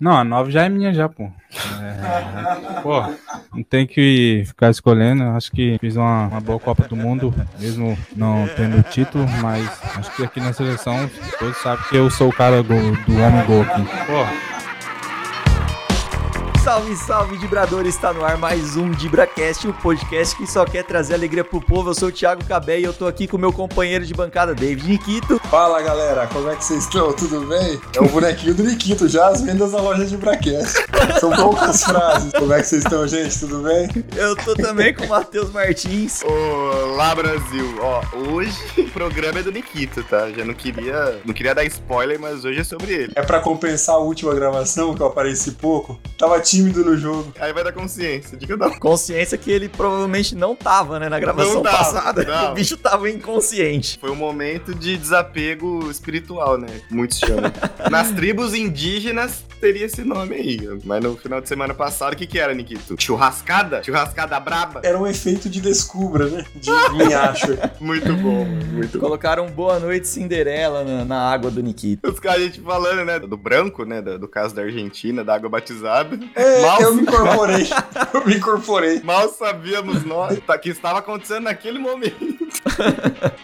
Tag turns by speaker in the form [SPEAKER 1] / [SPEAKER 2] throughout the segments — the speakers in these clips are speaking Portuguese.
[SPEAKER 1] Não, a 9 já é minha já, pô. É, pô, não tem que ficar escolhendo. Acho que fiz uma, uma boa Copa do Mundo, mesmo não tendo título, mas acho que aqui na seleção todos sabem que eu sou o cara do, do homem gol aqui. Pô,
[SPEAKER 2] Salve, salve, Dibrador! Está no ar mais um DibraCast, o podcast que só quer trazer alegria pro povo. Eu sou o Thiago Cabé e eu tô aqui com meu companheiro de bancada, David Nikito.
[SPEAKER 3] Fala galera, como é que vocês estão? Tudo bem? É o bonequinho do Nikito, já as vendas na loja de Braquete. São poucas frases. Como é que vocês estão, gente? Tudo bem?
[SPEAKER 2] Eu tô também com o Matheus Martins.
[SPEAKER 4] Olá, Brasil! Ó, hoje o programa é do Nikito, tá? Já não queria, não queria dar spoiler, mas hoje é sobre ele.
[SPEAKER 3] É pra compensar a última gravação que eu apareci pouco. Tava tímido no jogo.
[SPEAKER 4] Aí vai dar consciência, um. diga não.
[SPEAKER 2] Consciência que ele provavelmente não tava, né, na gravação
[SPEAKER 4] Não tava,
[SPEAKER 2] passada.
[SPEAKER 4] não.
[SPEAKER 2] O bicho tava inconsciente.
[SPEAKER 4] Foi um momento de desapego espiritual, né? Muitos chamam. Nas tribos indígenas teria esse nome aí. Mas no final de semana passado, o que que era, Nikito? Churrascada? Churrascada braba?
[SPEAKER 3] Era um efeito de descubra, né? De minhacho.
[SPEAKER 4] Muito bom, muito bom.
[SPEAKER 2] Colocaram Boa Noite Cinderela na, na água do Nikito.
[SPEAKER 4] Os caras, a gente falando, né? Do branco, né? Do, do caso da Argentina, da água batizada.
[SPEAKER 3] É,
[SPEAKER 4] Mal-
[SPEAKER 3] eu me incorporei. Eu me incorporei.
[SPEAKER 4] Mal sabíamos nós tá- que estava acontecendo naquele momento.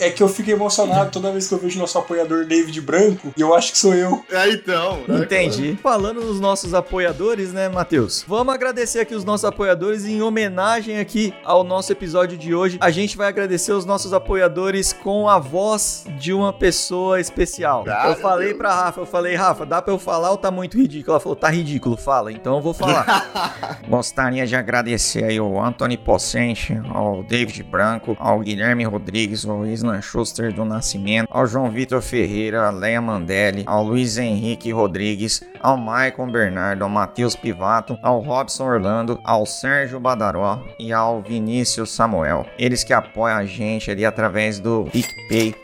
[SPEAKER 3] É que eu fico emocionado toda vez que eu vejo nosso apoiador David Branco e eu acho que sou eu.
[SPEAKER 4] É, então. né?
[SPEAKER 2] Entendi. Falando nos nossos apoiadores, né, Matheus? Vamos agradecer aqui os nossos apoiadores em homenagem aqui ao nosso episódio de hoje. A gente vai agradecer os nossos apoiadores com a voz de uma pessoa especial.
[SPEAKER 4] Cara,
[SPEAKER 2] eu falei
[SPEAKER 4] Deus.
[SPEAKER 2] pra Rafa, eu falei, Rafa, dá pra eu falar ou tá muito ridículo? Ela falou, tá ridículo, fala. Então eu vou falar.
[SPEAKER 5] Gostaria de agradecer aí ao Anthony Possente, ao David Branco, ao Guilherme Rodrigues, ao Islan Schuster do Nascimento, ao João Vitor Ferreira, a Leia Mandelli, ao Luiz Henrique Rodrigues, ao Maicon Bernardo, ao Matheus Pivato, ao Robson Orlando, ao Sérgio Badaró e ao Vinícius Samuel. Eles que apoiam a gente ali através do PicPay.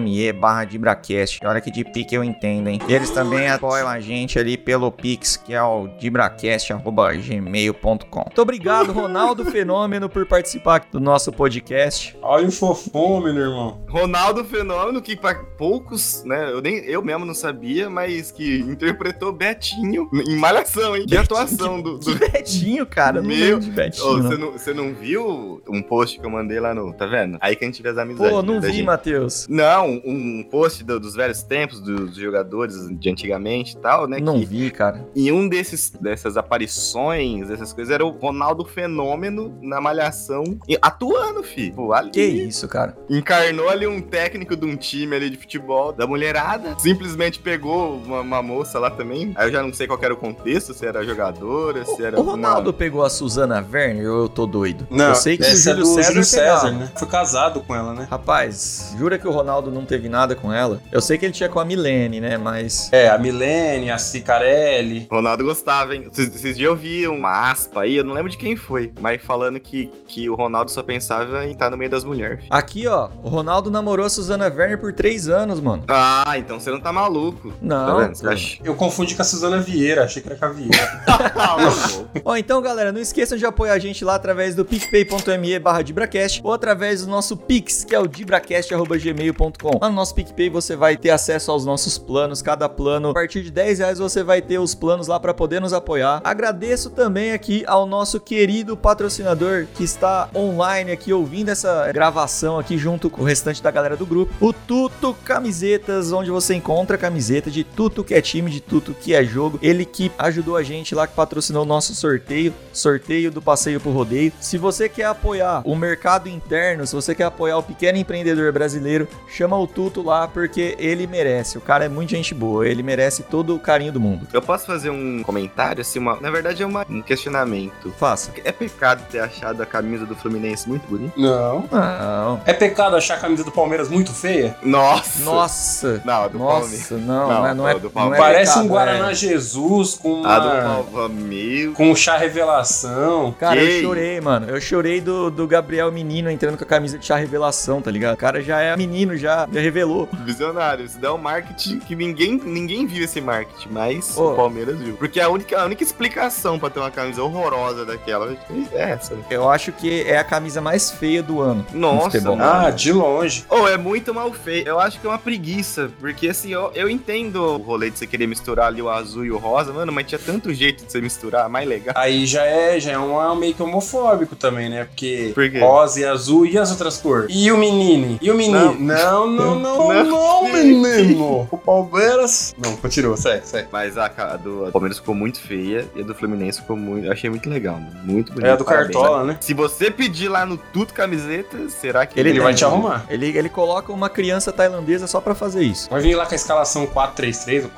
[SPEAKER 5] .me barra DibraCast. Olha que de pique eu entendo, hein? Eles também apoiam a gente ali pelo Pix, que é o dibracast.gmail.com.
[SPEAKER 2] Muito obrigado, Ronaldo Fenômeno, por participar do nosso podcast.
[SPEAKER 3] Olha o fofômeno, irmão.
[SPEAKER 4] Ronaldo Fenômeno, que pra poucos, né? Eu, nem, eu mesmo não sabia, mas que interpretou Betinho em Malhação, hein? Que atuação do.
[SPEAKER 2] Que
[SPEAKER 4] do...
[SPEAKER 2] Betinho, né? cara. Não
[SPEAKER 4] Meu-
[SPEAKER 2] lembro de Betinho.
[SPEAKER 4] Ô,
[SPEAKER 2] não.
[SPEAKER 4] Você não, você não viu um post que eu mandei lá no. Tá vendo? Aí que a gente vê as amizades.
[SPEAKER 2] Pô, não
[SPEAKER 4] da
[SPEAKER 2] vi,
[SPEAKER 4] gente.
[SPEAKER 2] Matheus.
[SPEAKER 4] Não, um post do- dos velhos tempos, dos jogadores de antigamente e tal, né?
[SPEAKER 2] Não
[SPEAKER 4] que
[SPEAKER 2] vi, cara.
[SPEAKER 4] em um desses dessas aparições, dessas coisas, era o Ronaldo Fenômeno na Malhação e- atuando, fi. Pô, ali.
[SPEAKER 2] Que isso, cara.
[SPEAKER 4] Encarnou ali um técnico de um time ali de futebol, da mulherada. Simplesmente pegou uma, uma moça lá também. Aí eu já não sei qual que era o contexto, se era jogadora, se era.
[SPEAKER 2] O
[SPEAKER 4] uma-
[SPEAKER 2] Ronaldo pegou a Suzana Werner ou eu tô doido?
[SPEAKER 3] Não,
[SPEAKER 2] eu sei que o
[SPEAKER 3] essa é
[SPEAKER 2] Júlio
[SPEAKER 3] do
[SPEAKER 2] César,
[SPEAKER 3] Júlio
[SPEAKER 2] pegava.
[SPEAKER 3] César, né? Foi casado com ela, né?
[SPEAKER 2] Rapaz, jura que o Ronaldo não teve nada com ela? Eu sei que ele tinha com a Milene, né? Mas.
[SPEAKER 3] É, a Milene, a Cicarelli.
[SPEAKER 4] Ronaldo gostava, hein? Esses esses dias eu vi uma aspa aí, eu não lembro de quem foi, mas falando que, que o Ronaldo só pensava em estar no meio das mulheres. fi.
[SPEAKER 2] Aqui, ó, o Ronaldo namorou a Suzana Werner por três anos, mano.
[SPEAKER 4] Ah, então você não tá maluco.
[SPEAKER 2] Não.
[SPEAKER 4] Tá vendo? Você acha-
[SPEAKER 3] Eu confundi com a Suzana Vieira, achei que era com a Vieira.
[SPEAKER 4] Ah, meu Deus.
[SPEAKER 2] Ó, então, galera, não esqueçam de apoiar a gente lá através do picpay.me barra Dibracast ou através do nosso Pix, que é o dibracast.gmail.com. Lá no nosso PicPay você vai ter acesso aos nossos planos, cada plano. A partir de 10 reais você vai ter os planos lá para poder nos apoiar. Agradeço também aqui ao nosso querido patrocinador que está online aqui ouvindo essa gravação aqui junto com o restante da galera do grupo, o Tuto Camisetas, onde você encontra a camiseta de tudo que é time, de tudo que é jogo. Ele que ajudou a gente lá, que patrocinou o nosso sorteio, sorteio do passeio pro rodeio. Se você quer apoiar o mercado interno, se você quer apoiar o pequeno empreendedor brasileiro, chama o Tuto lá porque ele merece. O cara é muito gente boa, ele merece todo o carinho do mundo.
[SPEAKER 4] Eu posso fazer um comentário, assim, uma... na verdade é uma- um questionamento.
[SPEAKER 2] Faça.
[SPEAKER 4] É pecado ter achado a camisa do Fluminense muito bonita?
[SPEAKER 3] Não.
[SPEAKER 2] Não.
[SPEAKER 3] É pecado achar a camisa do Palmeiras muito feia?
[SPEAKER 4] Nossa!
[SPEAKER 2] Nossa.
[SPEAKER 4] Não, do Palmeiras.
[SPEAKER 2] Nossa, não,
[SPEAKER 4] Não,
[SPEAKER 2] não, é- não é,
[SPEAKER 4] do
[SPEAKER 2] não é
[SPEAKER 4] Palmeiras.
[SPEAKER 3] Parece
[SPEAKER 2] pecado,
[SPEAKER 3] um Guaraná
[SPEAKER 2] é.
[SPEAKER 3] Jesus com
[SPEAKER 4] A do
[SPEAKER 3] uma,
[SPEAKER 4] Palmeiras.
[SPEAKER 3] com um chá revelação.
[SPEAKER 2] Cara,
[SPEAKER 4] Gay.
[SPEAKER 2] eu chorei, mano. Eu chorei do, do Gabriel Menino entrando com a camisa de chá revelação, tá ligado? O cara já é menino Bruno já, já revelou.
[SPEAKER 4] Visionário, isso dá um marketing que ninguém, ninguém viu esse marketing, mas
[SPEAKER 2] Ô.
[SPEAKER 4] o Palmeiras viu. Porque a única, a única explicação pra ter uma camisa horrorosa daquela é essa. né?
[SPEAKER 2] Eu acho que é a camisa mais feia do ano.
[SPEAKER 4] Nossa,
[SPEAKER 2] futebol.
[SPEAKER 4] mano.
[SPEAKER 3] Ah, de longe.
[SPEAKER 4] Ou é muito mal feito. Eu acho que é uma preguiça. Porque assim, eu, eu entendo o rolê de você querer misturar ali o azul e o rosa, mano, mas tinha tanto jeito de você misturar, mais legal.
[SPEAKER 3] Aí já é, já é um é um meio que homofóbico também, né? Porque
[SPEAKER 4] Por quê?
[SPEAKER 3] rosa e azul e as outras cores. E o menino? E o menino? Não, não, não, não,
[SPEAKER 4] Não.
[SPEAKER 3] menino! O Palmeiras. Não, continua, sai, sai.
[SPEAKER 4] Mas a ca- do Palmeiras ficou muito feia e a do Fluminense ficou muito. Eu achei muito legal, mano. Muito bonito.
[SPEAKER 3] É a do
[SPEAKER 4] Parabéns,
[SPEAKER 3] Cartola,
[SPEAKER 4] né?
[SPEAKER 3] né?
[SPEAKER 4] Se você pedir lá no Tudo Camiseta, será que
[SPEAKER 3] Ele, vai
[SPEAKER 4] tem?
[SPEAKER 3] te arrumar.
[SPEAKER 2] Ele, ele coloca uma criança tailandesa só pra fazer isso.
[SPEAKER 3] Vai vir lá com a escalação 4-3-3 ou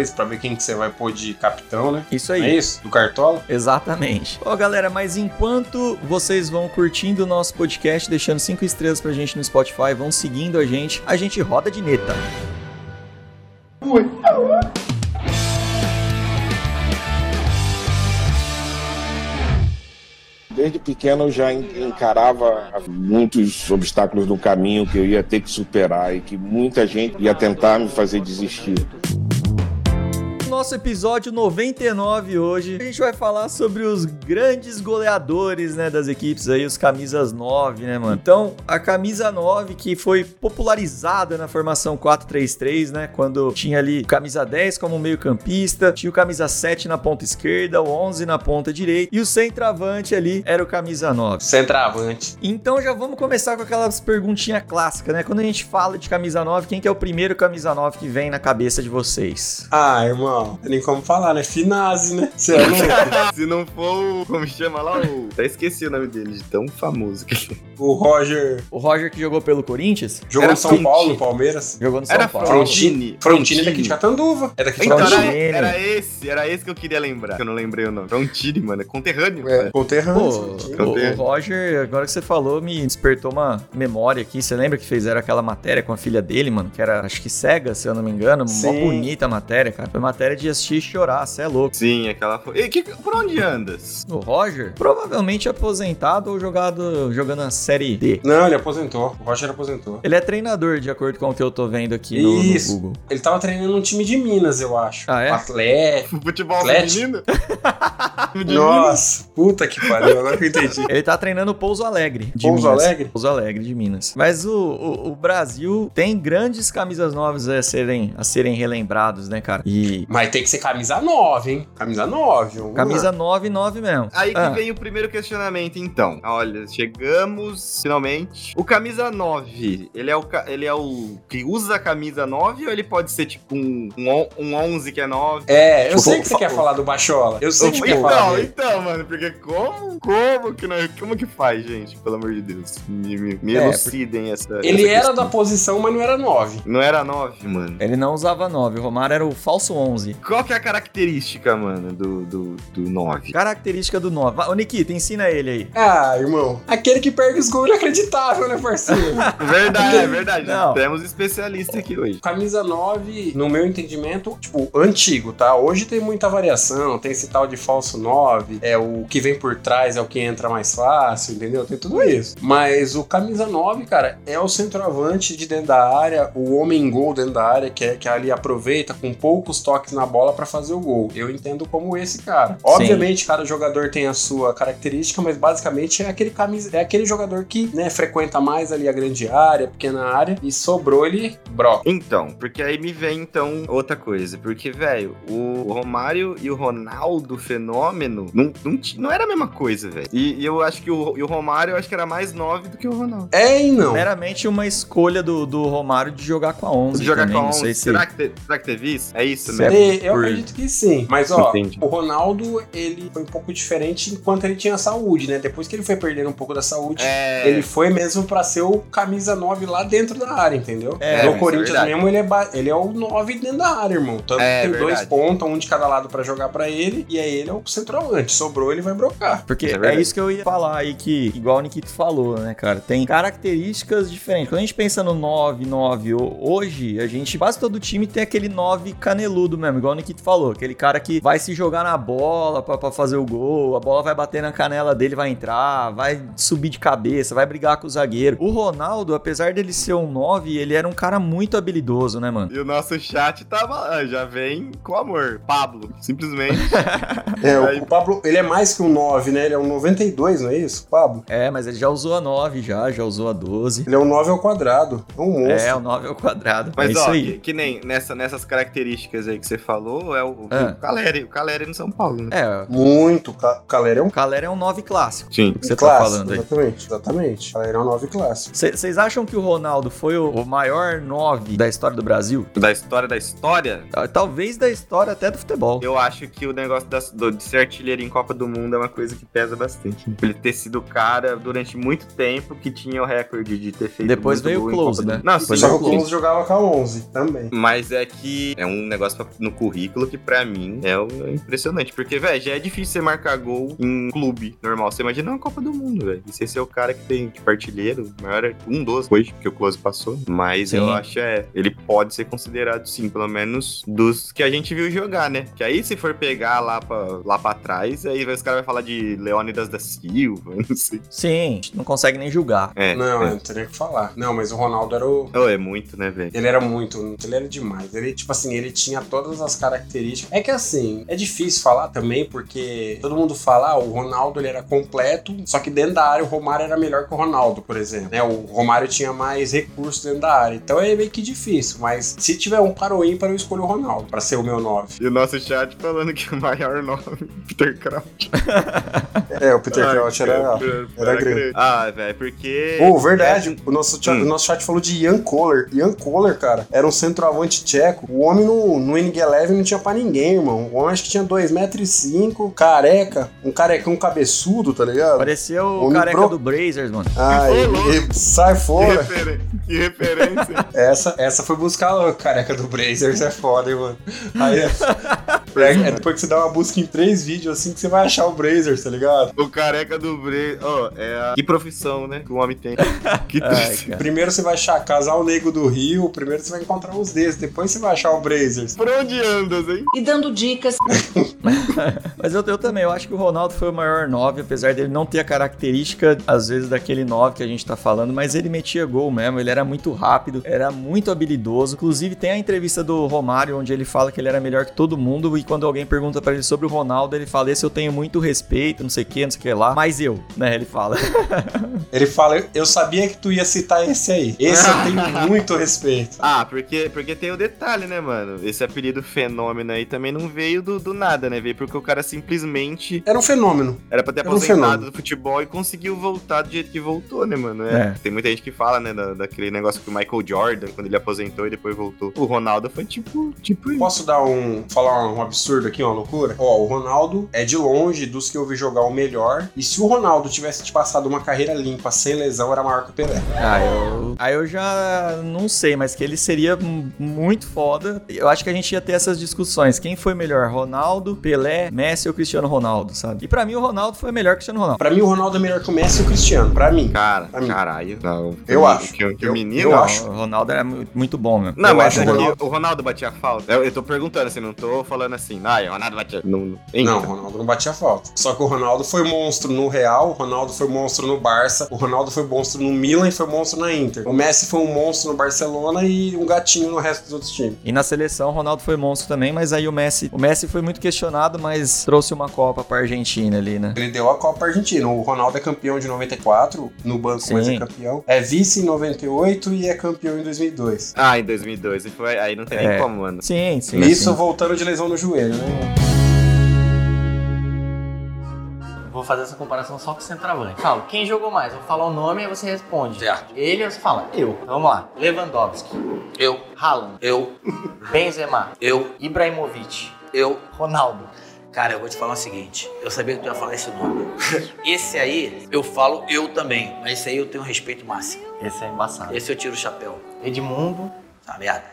[SPEAKER 3] 4-4-2 pra ver quem que você vai pôr de capitão, né?
[SPEAKER 2] Isso
[SPEAKER 3] Não
[SPEAKER 2] aí.
[SPEAKER 3] É isso? Do Cartola?
[SPEAKER 2] Exatamente. Ó, galera, mas enquanto vocês vão curtindo o nosso podcast, deixando cinco estrelas pra gente no Spotify, vão seguindo a gente, a gente roda de neta.
[SPEAKER 6] Desde pequeno eu já en- encarava muitos obstáculos do caminho que eu ia ter que superar e que muita gente ia tentar me fazer desistir.
[SPEAKER 2] Nosso episódio 99 hoje, a gente vai falar sobre os grandes goleadores, né, das equipes aí, os camisas 9, né, mano? Então, a camisa 9 que foi popularizada na formação 4-3-3, né, quando tinha ali o camisa 10 como meio-campista, tinha o camisa 7 na ponta esquerda, o 11 na ponta direita e o centroavante ali era o camisa 9.
[SPEAKER 3] Centroavante.
[SPEAKER 2] Então já vamos começar com aquelas perguntinha clássica, né? Quando a gente fala de camisa 9, quem que é o primeiro camisa 9 que vem na cabeça de vocês?
[SPEAKER 3] Ah, irmão, tem nem como falar, né? Finazzi, né? Você é louco?
[SPEAKER 4] Se não for o. Como chama lá? O. Até esqueci o nome dele, de tão famoso que ele é.
[SPEAKER 3] o Roger
[SPEAKER 2] O Roger que jogou pelo Corinthians?
[SPEAKER 3] jogou
[SPEAKER 4] Era
[SPEAKER 3] no São Paulo,
[SPEAKER 4] Frontini.
[SPEAKER 3] no Palmeiras.
[SPEAKER 2] Jogou no São
[SPEAKER 4] Era
[SPEAKER 2] Paulo.
[SPEAKER 4] Frontini.
[SPEAKER 3] Frontini é daqui de Catanduva. É daqui de
[SPEAKER 4] Então,
[SPEAKER 3] Catanduva.
[SPEAKER 4] era,
[SPEAKER 2] Frontini.
[SPEAKER 4] era esse, era esse que eu queria lembrar. que Eu não lembrei o nome. Frontini, mano. É conterrâneo.
[SPEAKER 3] É,
[SPEAKER 4] É.
[SPEAKER 3] conterrâneo.
[SPEAKER 2] Pô,
[SPEAKER 3] Frontini.
[SPEAKER 2] o, o Roger, agora que você falou, me despertou uma memória aqui. Você lembra que fizeram aquela matéria com a filha dele, mano? Que era, acho que cega, se eu não me engano. Mó
[SPEAKER 3] Sim.
[SPEAKER 2] bonita a matéria, cara. Foi matéria de assistir e chorar, você é louco.
[SPEAKER 4] Sim, aquela. fo- E que, por onde andas?
[SPEAKER 2] O Roger, provavelmente aposentado ou jogado, jogando a Série D.
[SPEAKER 3] Não, ele aposentou. O Roger aposentou.
[SPEAKER 2] Ele é treinador, de acordo com o que eu tô vendo aqui no, no
[SPEAKER 3] Isso.
[SPEAKER 2] Google.
[SPEAKER 3] Ele tava treinando um time de Minas, eu acho.
[SPEAKER 2] Ah, é?
[SPEAKER 3] Atlético.
[SPEAKER 4] Futebol
[SPEAKER 3] Atlético.
[SPEAKER 4] feminino?
[SPEAKER 3] Nossa, puta que pariu. Agora que eu entendi.
[SPEAKER 2] Ele tá treinando o Pouso Alegre. de
[SPEAKER 3] Pouso
[SPEAKER 2] Minas.
[SPEAKER 3] Alegre?
[SPEAKER 2] Pouso Alegre de Minas. Mas o, o, o Brasil tem grandes camisas novas a serem, a serem relembrados, né, cara? E
[SPEAKER 3] Mas tem que ser camisa 9, hein? Camisa um 9. vamos lá.
[SPEAKER 2] camisa 9 9 mesmo.
[SPEAKER 4] Aí que
[SPEAKER 2] Ah,
[SPEAKER 4] vem o primeiro questionamento, então. Olha, chegamos finalmente. O camisa 9, ele é o, ca- ele é o que usa a camisa 9 ou ele pode ser tipo um, um, on- um 11 que é 9?
[SPEAKER 3] É, eu
[SPEAKER 4] Tipo,
[SPEAKER 3] sei que você
[SPEAKER 4] fa-
[SPEAKER 3] quer falar do Bachola. Eu sei que você quer falar
[SPEAKER 4] então,
[SPEAKER 3] dele.
[SPEAKER 4] então, mano, porque como, como que nós, como que faz, gente? Pelo amor de Deus, me, me, me
[SPEAKER 2] É,
[SPEAKER 4] elucidem essa.
[SPEAKER 3] Ele
[SPEAKER 4] essa
[SPEAKER 3] era
[SPEAKER 4] questão.
[SPEAKER 3] da posição, mas não era 9.
[SPEAKER 4] Não era 9, mano.
[SPEAKER 2] Ele não usava 9, o Romário era o falso 11.
[SPEAKER 4] Qual que é a característica, mano, do, do, do 9?
[SPEAKER 2] Característica do 9. Vai, Ô, Nikita, ensina ele aí.
[SPEAKER 3] Ah, irmão. Aquele que perde os gols inacreditável, né, parceiro?
[SPEAKER 4] Verdade, é verdade.
[SPEAKER 2] Não.
[SPEAKER 4] Temos especialista aqui hoje.
[SPEAKER 3] Camisa 9, no meu entendimento, tipo, antigo, tá? Hoje tem muita variação, tem esse tal de falso 9, é o que vem por trás, é o que entra mais fácil, entendeu? Tem tudo isso. Mas o camisa 9, cara, é o centroavante de dentro da área, o homem gol dentro da área, que, é, que ali aproveita com poucos toques na bola pra fazer o gol. Eu entendo como esse cara. Obviamente, cada jogador tem a sua característica, mas basicamente é aquele camisa, é aquele jogador que, né, frequenta mais ali a grande área, pequena área, e sobrou ele, broca.
[SPEAKER 4] Então, porque aí me vem então outra coisa. Porque, velho, o Romário e o Ronaldo Fenômeno não, não, ti- não era a mesma coisa, velho. E, e eu acho que o, e o Romário eu acho que era mais 9 do que o Ronaldo.
[SPEAKER 3] É e não.
[SPEAKER 2] Meramente uma escolha do, do Romário de jogar com a 11.
[SPEAKER 4] Jogar
[SPEAKER 2] também,
[SPEAKER 4] com a
[SPEAKER 2] não
[SPEAKER 4] 11.
[SPEAKER 2] sei se-
[SPEAKER 4] será, que te- será que teve isso? É isso
[SPEAKER 2] Será?
[SPEAKER 4] mesmo?
[SPEAKER 3] É, eu
[SPEAKER 4] Por-
[SPEAKER 3] acredito que sim. Mas, ó,
[SPEAKER 4] Entendi.
[SPEAKER 3] o Ronaldo, ele foi um pouco diferente enquanto ele tinha saúde, né? Depois que ele foi perdendo um pouco da saúde,
[SPEAKER 4] É.
[SPEAKER 3] ele foi mesmo pra ser o camisa 9 lá dentro da área, entendeu?
[SPEAKER 2] É,
[SPEAKER 4] isso
[SPEAKER 3] no
[SPEAKER 4] é
[SPEAKER 3] Corinthians
[SPEAKER 4] verdade.
[SPEAKER 3] mesmo, ele é, ba- ele é o 9 dentro da área, irmão. Tanto
[SPEAKER 4] É,
[SPEAKER 3] que tem dois
[SPEAKER 4] verdade.
[SPEAKER 3] pontos, um de cada lado pra jogar pra ele, e aí ele é o centroavante. Sobrou, ele vai brocar.
[SPEAKER 2] Porque
[SPEAKER 4] Isso é
[SPEAKER 2] é,
[SPEAKER 4] verdade.
[SPEAKER 2] isso que eu ia falar aí, que igual o Nikito falou, né, cara? Tem características diferentes. Quando a gente pensa no 9, 9 ho- hoje, a gente, quase todo time tem aquele 9 caneludo mesmo, igual o Nikito falou. Aquele cara que vai se jogar na bola pra, pra fazer o gol, a bola vai bater na canela dele, vai entrar, vai subir de cabeça, vai brigar com o zagueiro. O Ronaldo, apesar dele ser um 9, ele era um cara muito habilidoso, né, mano?
[SPEAKER 4] E o nosso chat tava. ah, Já vem com amor. Pablo, simplesmente.
[SPEAKER 3] É,
[SPEAKER 4] Aí-
[SPEAKER 3] o, o Pablo, ele é mais que um 9, né? Ele é um 92, não é isso, Pablo?
[SPEAKER 2] É, mas ele já usou a 9 já, já usou a 12.
[SPEAKER 3] Ele é um 9 ao quadrado. É um monstro.
[SPEAKER 2] É, o 9 ao quadrado. é
[SPEAKER 4] Mas
[SPEAKER 2] isso
[SPEAKER 4] ó,
[SPEAKER 2] aí.
[SPEAKER 4] Que, que nem nessa, nessas características aí que você falou, é o,
[SPEAKER 2] Ah.
[SPEAKER 4] o Caleri. O Caleri no São Paulo, né?
[SPEAKER 2] É,
[SPEAKER 3] Muito. Ca- Calera é um
[SPEAKER 2] o Calera é um 9 clássico.
[SPEAKER 4] Sim.
[SPEAKER 2] que você tá
[SPEAKER 3] clássico,
[SPEAKER 2] falando aí.
[SPEAKER 3] Exatamente, exatamente. Calera é um 9 clássico.
[SPEAKER 2] Vocês acham que o Ronaldo foi o, o maior 9 da história do Brasil?
[SPEAKER 4] Da história da história,
[SPEAKER 2] Ah, Talvez da história até do futebol.
[SPEAKER 4] eu acho que o negócio das- do- de ser artilheiro em Copa do Mundo é uma coisa que pesa bastante. Ele ter sido o cara durante muito tempo que tinha o recorde de ter feito.
[SPEAKER 2] Depois
[SPEAKER 4] muito
[SPEAKER 2] veio
[SPEAKER 4] gol
[SPEAKER 2] o
[SPEAKER 4] em Copa
[SPEAKER 2] Close,
[SPEAKER 4] do
[SPEAKER 2] né?
[SPEAKER 4] Mundo. Não, sim,
[SPEAKER 2] Pois
[SPEAKER 3] Só
[SPEAKER 2] é,
[SPEAKER 3] que o
[SPEAKER 2] Close.
[SPEAKER 3] Close jogava com a 11 também.
[SPEAKER 4] Mas é que é um negócio pra- no currículo que pra mim é o- é impressionante. Porque, velho, já é difícil você marcar gol em um clube normal. Você imagina uma Copa do Mundo, velho. E você ser o cara que tem, tipo, artilheiro, maior, é um dos hoje, porque o Close passou. Mas
[SPEAKER 2] Sim.
[SPEAKER 4] eu acho, é, ele pode ser considerado, sim, pelo menos dos que a gente viu jogar, né? Que aí, se for pegar lá pra, lá pra trás, aí os caras vão falar de Leônidas da Silva, não sei.
[SPEAKER 2] Sim, a gente não consegue nem julgar.
[SPEAKER 4] É,
[SPEAKER 3] Não, eu
[SPEAKER 4] é.
[SPEAKER 3] não teria o que falar. Não, mas o Ronaldo era o.
[SPEAKER 4] Oh, é muito, né, velho?
[SPEAKER 3] Ele era muito, ele era demais. Ele, tipo assim, ele tinha todas as características. É que assim, é difícil falar também, porque todo mundo fala, ah, o Ronaldo ele era completo, só que dentro da área o Romário era melhor que o Ronaldo, por exemplo. né? O Romário tinha mais recursos dentro da área. Então é meio que difícil, mas se tiver um par ou ímpar, eu escolho o Ronaldo pra ser o meu 9.
[SPEAKER 4] E o nosso chat falando que o maior nome, Peter Crouch.
[SPEAKER 3] É, o Peter
[SPEAKER 4] Ai,
[SPEAKER 3] Crouch era.
[SPEAKER 4] cara,
[SPEAKER 3] era grande.
[SPEAKER 4] Ah, velho, porque.
[SPEAKER 3] Oh, verdade,
[SPEAKER 4] É,
[SPEAKER 3] o, nosso chat,
[SPEAKER 4] Hum.
[SPEAKER 3] o nosso chat falou de Ian Kohler. Ian Kohler, cara, era um centroavante tcheco. O homem no, no NG11 não tinha pra ninguém, irmão. O homem acho que tinha 2,5m, careca, um carecão cabeçudo, tá ligado?
[SPEAKER 2] Parecia o
[SPEAKER 3] Homem
[SPEAKER 2] careca
[SPEAKER 3] pro-
[SPEAKER 2] do Brazers, mano.
[SPEAKER 3] Ai,
[SPEAKER 4] Ô, louco.
[SPEAKER 3] e- sai
[SPEAKER 4] que,
[SPEAKER 3] fora.
[SPEAKER 4] referen- que referência.
[SPEAKER 3] Essa, essa foi buscar o careca do Brazers, é foda, hein, mano. Aí é, é- é depois que você dá uma busca em três vídeos assim que você vai achar o Brazers, tá ligado?
[SPEAKER 4] o careca do Bre. Ó, é a. Que profissão, né? Que o homem tem. Que
[SPEAKER 2] Ai,
[SPEAKER 4] triste.
[SPEAKER 2] cara.
[SPEAKER 3] Primeiro você vai achar Casal Negro do Rio, primeiro você vai encontrar uns desses, depois você vai achar o Brazers.
[SPEAKER 4] Por onde andas, hein?
[SPEAKER 7] e dando dicas.
[SPEAKER 2] Mas eu, eu também, eu acho que o Ronaldo foi o maior 9, apesar dele não ter a característica, às vezes, daquele 9 que a gente tá falando, mas ele metia gol mesmo, ele era muito rápido, era muito habilidoso. Inclusive, tem a entrevista do Romário, onde ele fala que ele era melhor que todo mundo, e quando alguém pergunta pra ele sobre o Ronaldo, ele fala: Esse eu tenho muito respeito, não sei o que, não sei o que lá, mas eu, né? Ele fala.
[SPEAKER 3] Ele fala, eu- eu sabia que tu ia citar esse aí. Esse eu tenho muito respeito.
[SPEAKER 4] Ah, porque, porque tem o detalhe, né, mano? Esse apelido fenômeno aí também não veio do, do nada, né? Veio porque o cara simplesmente
[SPEAKER 3] Era um fenômeno.
[SPEAKER 4] era pra ter
[SPEAKER 3] Era um
[SPEAKER 4] aposentado
[SPEAKER 3] fenômeno.
[SPEAKER 4] do futebol e conseguiu voltar do jeito que voltou, né, mano? É.
[SPEAKER 2] É.
[SPEAKER 4] Tem muita gente que fala, né, da- daquele negócio que o Michael Jordan, quando ele aposentou e depois voltou. O Ronaldo foi tipo. Tipo isso.
[SPEAKER 3] Posso dar um. falar um absurdo aqui, uma loucura? Ó, o Ronaldo é de longe dos que eu vi jogar o melhor. E se o Ronaldo tivesse te passado uma carreira limpa, sem lesão, era maior que o Pelé.
[SPEAKER 2] Ah, eu. Aí eu já não sei, mas que ele seria m- muito foda. Eu acho que a gente ia ter essas discussões. Quem foi melhor, Ronaldo, Pelé, Messi ou Cristiano Ronaldo, sabe? E pra mim o Ronaldo foi melhor que o Cristiano Ronaldo.
[SPEAKER 3] Pra mim, o Ronaldo é melhor que o Messi e o Cristiano. Pra mim.
[SPEAKER 4] Cara,
[SPEAKER 3] Pra mim.
[SPEAKER 4] caralho. Não,
[SPEAKER 3] Eu
[SPEAKER 4] que-
[SPEAKER 3] acho.
[SPEAKER 4] Que, que
[SPEAKER 3] Eu-
[SPEAKER 4] menino.
[SPEAKER 3] eu
[SPEAKER 2] Não,
[SPEAKER 3] acho.
[SPEAKER 2] O Ronaldo era mu- muito bom, meu.
[SPEAKER 4] Não,
[SPEAKER 3] Eu
[SPEAKER 4] mas
[SPEAKER 3] acho
[SPEAKER 4] é
[SPEAKER 3] que o
[SPEAKER 4] que
[SPEAKER 3] Ronaldo-
[SPEAKER 4] o Ronaldo batia falta. Eu, eu tô perguntando assim, não tô falando assim, ah, o Ronaldo batia. Não, hein?
[SPEAKER 3] Não, o Ronaldo não batia falta. Só que o Ronaldo foi monstro no Real, o Ronaldo foi monstro no Barça, o Ronaldo foi monstro no Milan e foi monstro na Inter. O Messi foi um monstro no Barcelona e um gatinho no resto dos outros times.
[SPEAKER 2] E na seleção o Ronaldo foi monstro também, mas aí o Messi, o Messi foi muito questionado, mas trouxe uma Copa pra Argentina ali, né?
[SPEAKER 3] Ele deu a Copa Argentina. O Ronaldo é campeão de 94, no banco, mas
[SPEAKER 2] Sim.
[SPEAKER 3] é campeão. É vice em 98 e é campeão em 2002.
[SPEAKER 4] Ah, em 2002. e Foi, aí não tem
[SPEAKER 2] É.
[SPEAKER 4] nem como, mano.
[SPEAKER 2] Sim, sim.
[SPEAKER 3] Isso
[SPEAKER 2] sim.
[SPEAKER 3] voltando de lesão no joelho, né?
[SPEAKER 8] Vou fazer essa comparação só com o centroavante. Falo, quem jogou mais? Eu vou falar o nome e você responde. Ele ou você fala? Eu. Então, Vamos lá. Lewandowski. Eu. Haaland. Eu. Benzema. Eu. Ibrahimovic. Eu. Ronaldo.
[SPEAKER 9] Cara, eu vou te falar o seguinte. Eu sabia que tu ia falar esse nome. Esse aí, eu falo eu também. Mas esse aí eu tenho um respeito máximo.
[SPEAKER 8] Esse é embaçado.
[SPEAKER 9] Esse eu tiro o chapéu.
[SPEAKER 8] Edmundo.
[SPEAKER 9] Tá merda.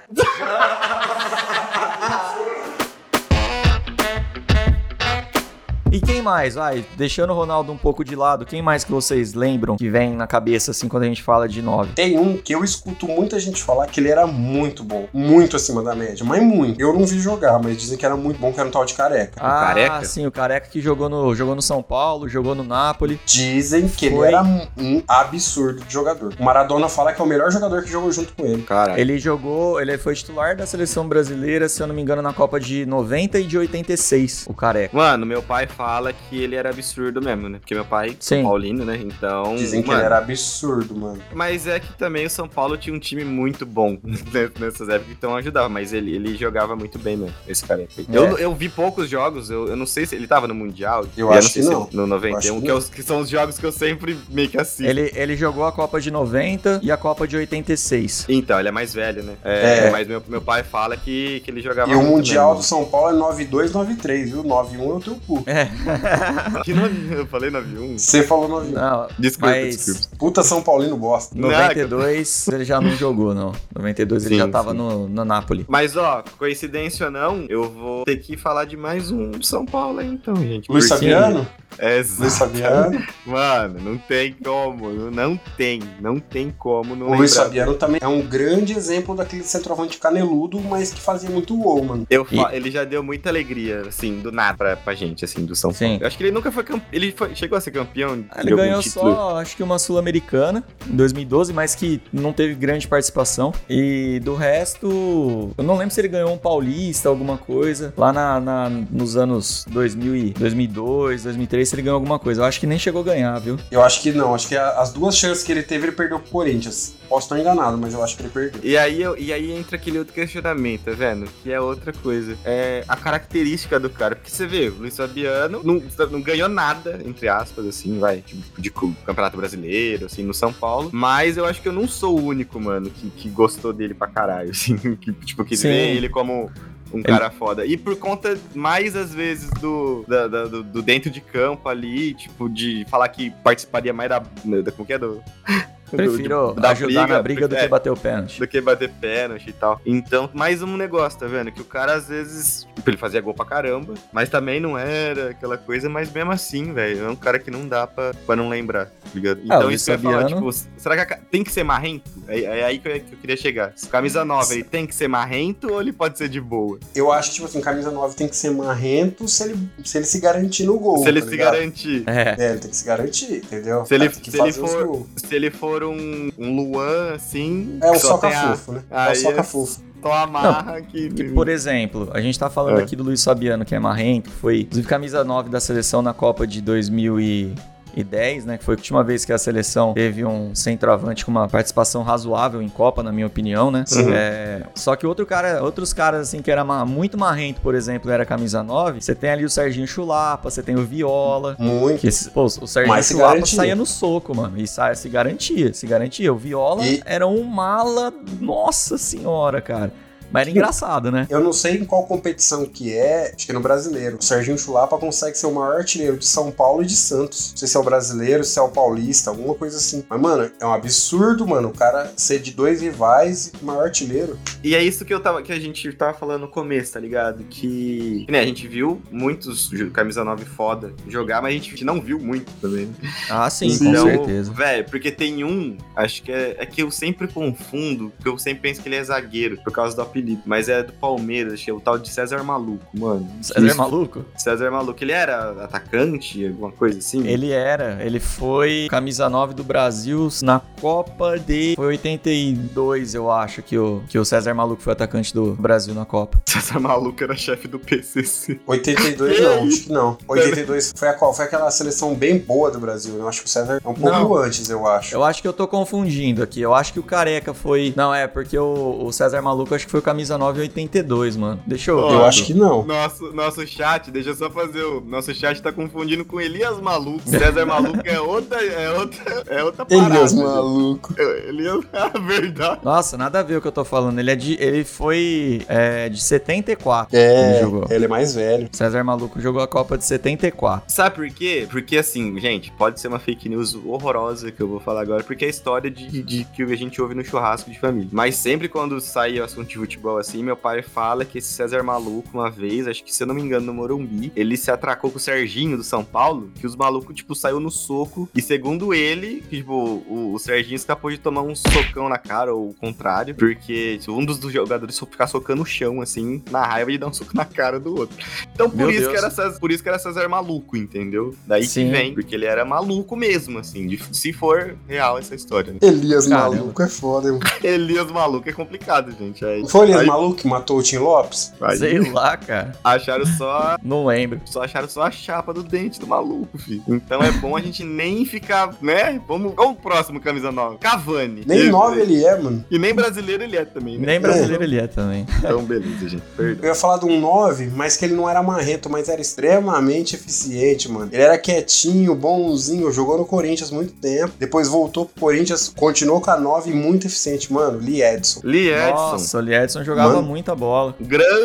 [SPEAKER 2] E quem mais? Vai, deixando o Ronaldo um pouco de lado, quem mais que vocês lembram que vem na cabeça, assim, quando a gente fala de nove?
[SPEAKER 3] Tem um que eu escuto muita gente falar que ele era muito bom. Muito acima da média, mas muito. Eu não vi jogar, mas dizem que era muito bom, que era um tal de careca.
[SPEAKER 2] Ah,
[SPEAKER 4] Tá Careca?
[SPEAKER 2] sim, o Careca que jogou no, jogou no São Paulo, jogou no Napoli.
[SPEAKER 3] Dizem que ele
[SPEAKER 2] Foi.
[SPEAKER 3] era um- um absurdo de jogador. O Maradona fala que é o melhor jogador que jogou junto com ele.
[SPEAKER 4] Cara,
[SPEAKER 2] Ele jogou, ele foi titular da seleção brasileira, se eu não me engano, na Copa de 90 e de 86, o Careca.
[SPEAKER 4] Mano, meu pai fala que ele era absurdo mesmo, né? Porque meu pai é
[SPEAKER 2] Sim.
[SPEAKER 4] paulino, né? Então.
[SPEAKER 3] Dizem que
[SPEAKER 4] mano,
[SPEAKER 3] ele é era absurdo, mano.
[SPEAKER 4] Mas é que também o São Paulo tinha um time muito bom né, nessas épocas, então ajudava. Mas ele, ele jogava muito bem mesmo, esse cara. aí. Eu, eu vi poucos jogos, eu, eu não sei se ele tava no Mundial.
[SPEAKER 3] É. Eu
[SPEAKER 4] não
[SPEAKER 3] acho
[SPEAKER 4] sei
[SPEAKER 3] que
[SPEAKER 4] se
[SPEAKER 3] não.
[SPEAKER 4] No
[SPEAKER 3] Eu
[SPEAKER 4] 91,
[SPEAKER 3] acho
[SPEAKER 4] que,
[SPEAKER 3] que
[SPEAKER 4] eu- que são os jogos que eu sempre meio que assisto.
[SPEAKER 2] Ele, ele jogou a Copa de 90 e a Copa de 86.
[SPEAKER 4] Então, ele é mais velho, né? É,
[SPEAKER 3] É.
[SPEAKER 4] Mas meu, meu pai fala que, que ele jogava
[SPEAKER 3] E o
[SPEAKER 4] muito
[SPEAKER 3] Mundial do
[SPEAKER 4] mesmo.
[SPEAKER 3] São Paulo é 92, 93, viu? 91 é o teu cu.
[SPEAKER 2] É,
[SPEAKER 4] Que nove- eu falei 91.
[SPEAKER 3] Você falou 91.
[SPEAKER 2] não,
[SPEAKER 4] Desculpa,
[SPEAKER 2] Mas-
[SPEAKER 4] desculpa.
[SPEAKER 3] Puta São Paulino bosta.
[SPEAKER 4] Não, é
[SPEAKER 2] 92 ele já não jogou, não. 92 ele
[SPEAKER 4] Sim,
[SPEAKER 2] já tava
[SPEAKER 4] sim.
[SPEAKER 2] no, no Napoli.
[SPEAKER 4] Mas, ó, coincidência ou não, eu vou ter que falar de mais um São Paulo aí, então, gente.
[SPEAKER 3] Luiz
[SPEAKER 4] porque-
[SPEAKER 3] Fabiano?
[SPEAKER 4] É,
[SPEAKER 3] Luiz Fabiano.
[SPEAKER 4] Mano, não tem como. Não tem. Não tem como não
[SPEAKER 3] O Luiz
[SPEAKER 4] lembrar.
[SPEAKER 3] Fabiano também é um grande exemplo daquele centroavante caneludo, mas que fazia muito gol, mano.
[SPEAKER 4] Eu fa- Ele já deu muita alegria, assim, do nada pra, pra gente, assim, do São
[SPEAKER 2] Sim.
[SPEAKER 4] Paulo. Eu acho que ele nunca foi campeão. Ele foi- chegou a ser campeão de
[SPEAKER 2] Ah, Ele
[SPEAKER 4] algum
[SPEAKER 2] ganhou
[SPEAKER 4] título.
[SPEAKER 2] só, acho que uma Sul-Americana em 2012, mas que não teve grande participação. E do resto, eu não lembro se ele ganhou um Paulista, alguma coisa. Lá na, na- nos anos 2000 e 2002, 2003, se ele ganhou alguma coisa. Eu acho que nem chegou a ganhar, viu?
[SPEAKER 3] Eu acho que não. Acho que a- as duas chances que ele teve, ele perdeu pro Corinthians. Posso estar enganado, mas eu acho que ele perdeu.
[SPEAKER 4] E aí, eu- e aí entra aquele outro questionamento, tá vendo? Que é outra coisa. É a característica do cara. Porque você vê, o Luiz Fabiano não, não ganhou nada, entre aspas, assim, vai, tipo, de cu- Campeonato Brasileiro, assim, no São Paulo. Mas eu acho que eu não sou o único, mano, que, que gostou dele pra caralho, assim. Que, tipo, que
[SPEAKER 2] Sim.
[SPEAKER 4] vê ele como. Um cara foda. E por conta, mais às vezes, do, da- da- do, do dentro de campo ali, tipo, de falar que participaria mais da. da como que é? Do, do-
[SPEAKER 2] Prefiro
[SPEAKER 4] do- da
[SPEAKER 2] ajudar na briga do
[SPEAKER 4] é,
[SPEAKER 2] que bater o pênalti.
[SPEAKER 4] do que bater pênalti e tal. Então, mais um negócio, tá vendo? Que o cara às vezes. tipo, Ele fazia gol pra caramba, mas também não era aquela coisa, mas mesmo assim, velho. É um cara que não dá pra, pra não lembrar, tá ligado?
[SPEAKER 2] Ah, o
[SPEAKER 4] Então,
[SPEAKER 2] Luiz
[SPEAKER 4] isso que eu ia falar,
[SPEAKER 2] Fabiano-
[SPEAKER 4] tipo, será que a ca- tem que ser marrento? É, é aí que eu, que eu queria chegar. Camisa nova, ele tem que ser marrento ou ele pode ser de boa?
[SPEAKER 3] Eu acho que, tipo assim, camisa 9 tem que ser marrento se ele se, ele se garantir no gol.
[SPEAKER 4] se ele
[SPEAKER 3] tá
[SPEAKER 4] se
[SPEAKER 3] ligado?
[SPEAKER 4] garantir.
[SPEAKER 2] É.
[SPEAKER 3] É, ele tem que se garantir, entendeu?
[SPEAKER 4] Se ele-
[SPEAKER 3] tem que
[SPEAKER 4] se ele
[SPEAKER 3] fazer os
[SPEAKER 4] for-
[SPEAKER 3] gols.
[SPEAKER 4] Se ele for um, um Luan, assim.
[SPEAKER 3] É um
[SPEAKER 4] que só tem a-
[SPEAKER 3] soca-fofo, né? É um
[SPEAKER 4] aí-
[SPEAKER 3] soca-fofo.
[SPEAKER 4] Só amarra que.
[SPEAKER 2] Que, por exemplo, a gente tá falando
[SPEAKER 4] É.
[SPEAKER 2] aqui do Luiz Fabiano, que é marrento, foi inclusive camisa 9 da seleção na Copa de 2010, né? Que foi a última vez que a seleção teve um centroavante com uma participação razoável em Copa, na minha opinião, né?
[SPEAKER 3] Sim.
[SPEAKER 2] É, só que outro cara, outros caras, assim, que era ma- muito marrento, por exemplo, era camisa 9, você tem ali o Serginho Chulapa, você tem o Viola.
[SPEAKER 3] Muito.
[SPEAKER 2] Que esses, pô, o Serginho
[SPEAKER 3] Mas se
[SPEAKER 2] Chulapa
[SPEAKER 3] garantia.
[SPEAKER 2] saía no soco, mano. E saia, se garantia, se garantia. O Viola
[SPEAKER 3] E-
[SPEAKER 2] era um mala, nossa senhora, cara. Mas era engraçado, né?
[SPEAKER 3] Eu não sei em qual competição que é, acho que é no brasileiro. O Serginho Chulapa consegue ser o maior artilheiro de São Paulo e de Santos. Não sei se é o brasileiro, se é o paulista, alguma coisa assim. Mas, mano, é um absurdo, mano, o cara ser de dois rivais e o maior artilheiro.
[SPEAKER 4] E é isso que, eu tava, que a gente tava falando no começo, tá ligado? Que, que, né, a gente viu muitos ju- camisa 9 foda jogar, mas a gente não viu muito também. né?
[SPEAKER 2] Ah, sim, com
[SPEAKER 4] Então,
[SPEAKER 2] certeza.
[SPEAKER 4] Velho, porque tem um, acho que é, é que eu sempre confundo, porque eu sempre penso que ele é zagueiro, por causa do apelido, mas é do Palmeiras, acho que é o tal de César Maluco, mano.
[SPEAKER 2] César
[SPEAKER 4] Isso.
[SPEAKER 2] é Maluco?
[SPEAKER 4] César Maluco, ele era atacante, alguma coisa assim?
[SPEAKER 2] Ele era, ele foi camisa 9 do Brasil na Copa de. Foi 82, eu acho, que o, que o César Maluco foi atacante do Brasil na Copa.
[SPEAKER 4] César Maluco era chefe do PCC.
[SPEAKER 3] 82 não, acho que não. 82 foi a qual? Foi aquela seleção bem boa do Brasil, né? Eu acho que o César é um pouco
[SPEAKER 2] Não. É
[SPEAKER 3] antes, eu acho.
[SPEAKER 2] Eu acho que eu tô confundindo aqui. Eu acho que o Careca foi. Não, é, porque o, o César Maluco acho que foi camisa 9 em 82, mano. Deixa eu ver.
[SPEAKER 3] Eu acho que não.
[SPEAKER 4] Nosso, nosso chat, deixa eu só fazer o. Nosso chat tá confundindo com Elias Maluco. César Maluco é outra. É outra, é outra parada.
[SPEAKER 3] Elias
[SPEAKER 4] gente.
[SPEAKER 3] maluco.
[SPEAKER 4] É, Elias é a verdade.
[SPEAKER 2] Nossa, nada a ver o que eu tô falando. Ele, é de, ele foi é, de 74.
[SPEAKER 3] É,
[SPEAKER 2] Ele jogou.
[SPEAKER 3] ele é mais velho.
[SPEAKER 2] César Maluco jogou a Copa de 74.
[SPEAKER 4] Sabe por quê? Porque assim, gente, pode ser uma fake news horrorosa que eu vou falar agora, porque é a história de, de que a gente ouve no churrasco de família. Mas sempre quando sai o assunto de fute- futebol assim, meu pai fala que esse César maluco, uma vez, acho que se eu não me engano, no Morumbi, ele se atracou com o Serginho do São Paulo, que os malucos, tipo, saiu no soco. E segundo ele, que, tipo, o, o Serginho escapou de tomar um socão na cara, ou o contrário, porque tipo, um dos dos jogadores só ficar socando o chão, assim, na raiva de dar um soco na cara do outro. Então, por,
[SPEAKER 2] Meu
[SPEAKER 4] isso
[SPEAKER 2] Deus.
[SPEAKER 4] que, era César, por isso que era César maluco, entendeu? Daí
[SPEAKER 5] Sim.
[SPEAKER 4] que vem, porque ele era maluco mesmo, assim, de- se for real essa história. né?
[SPEAKER 3] Elias
[SPEAKER 2] Caramba.
[SPEAKER 3] Maluco é foda, hein?
[SPEAKER 4] Elias maluco é complicado, gente. Aí,
[SPEAKER 3] Foi o Elias
[SPEAKER 4] aí-
[SPEAKER 3] Maluco que matou o Tim Lopes?
[SPEAKER 4] aí
[SPEAKER 2] Sei lá, cara.
[SPEAKER 4] acharam só,
[SPEAKER 2] Não lembro.
[SPEAKER 4] só acharam só a chapa do dente do maluco, filho. Então é bom a gente nem ficar, né? Vamos, vamos pro próximo camisa nova. Cavani.
[SPEAKER 3] Nem
[SPEAKER 4] Ele-
[SPEAKER 3] nove ele é, mano.
[SPEAKER 4] E nem brasileiro ele é também, né?
[SPEAKER 2] Nem brasileiro ele é também.
[SPEAKER 4] Então beleza, gente. Perdão.
[SPEAKER 3] Eu ia falar de um 9, mas que ele não era marrento, mas era extremamente eficiente, mano. Ele era quietinho, bonzinho, jogou no Corinthians muito tempo. Depois voltou pro Corinthians, continuou com a 9 e muito eficiente, mano. Lee Edson.
[SPEAKER 4] Lee Edson.
[SPEAKER 2] Nossa, o Liedson jogava
[SPEAKER 3] Mano.
[SPEAKER 2] muita bola.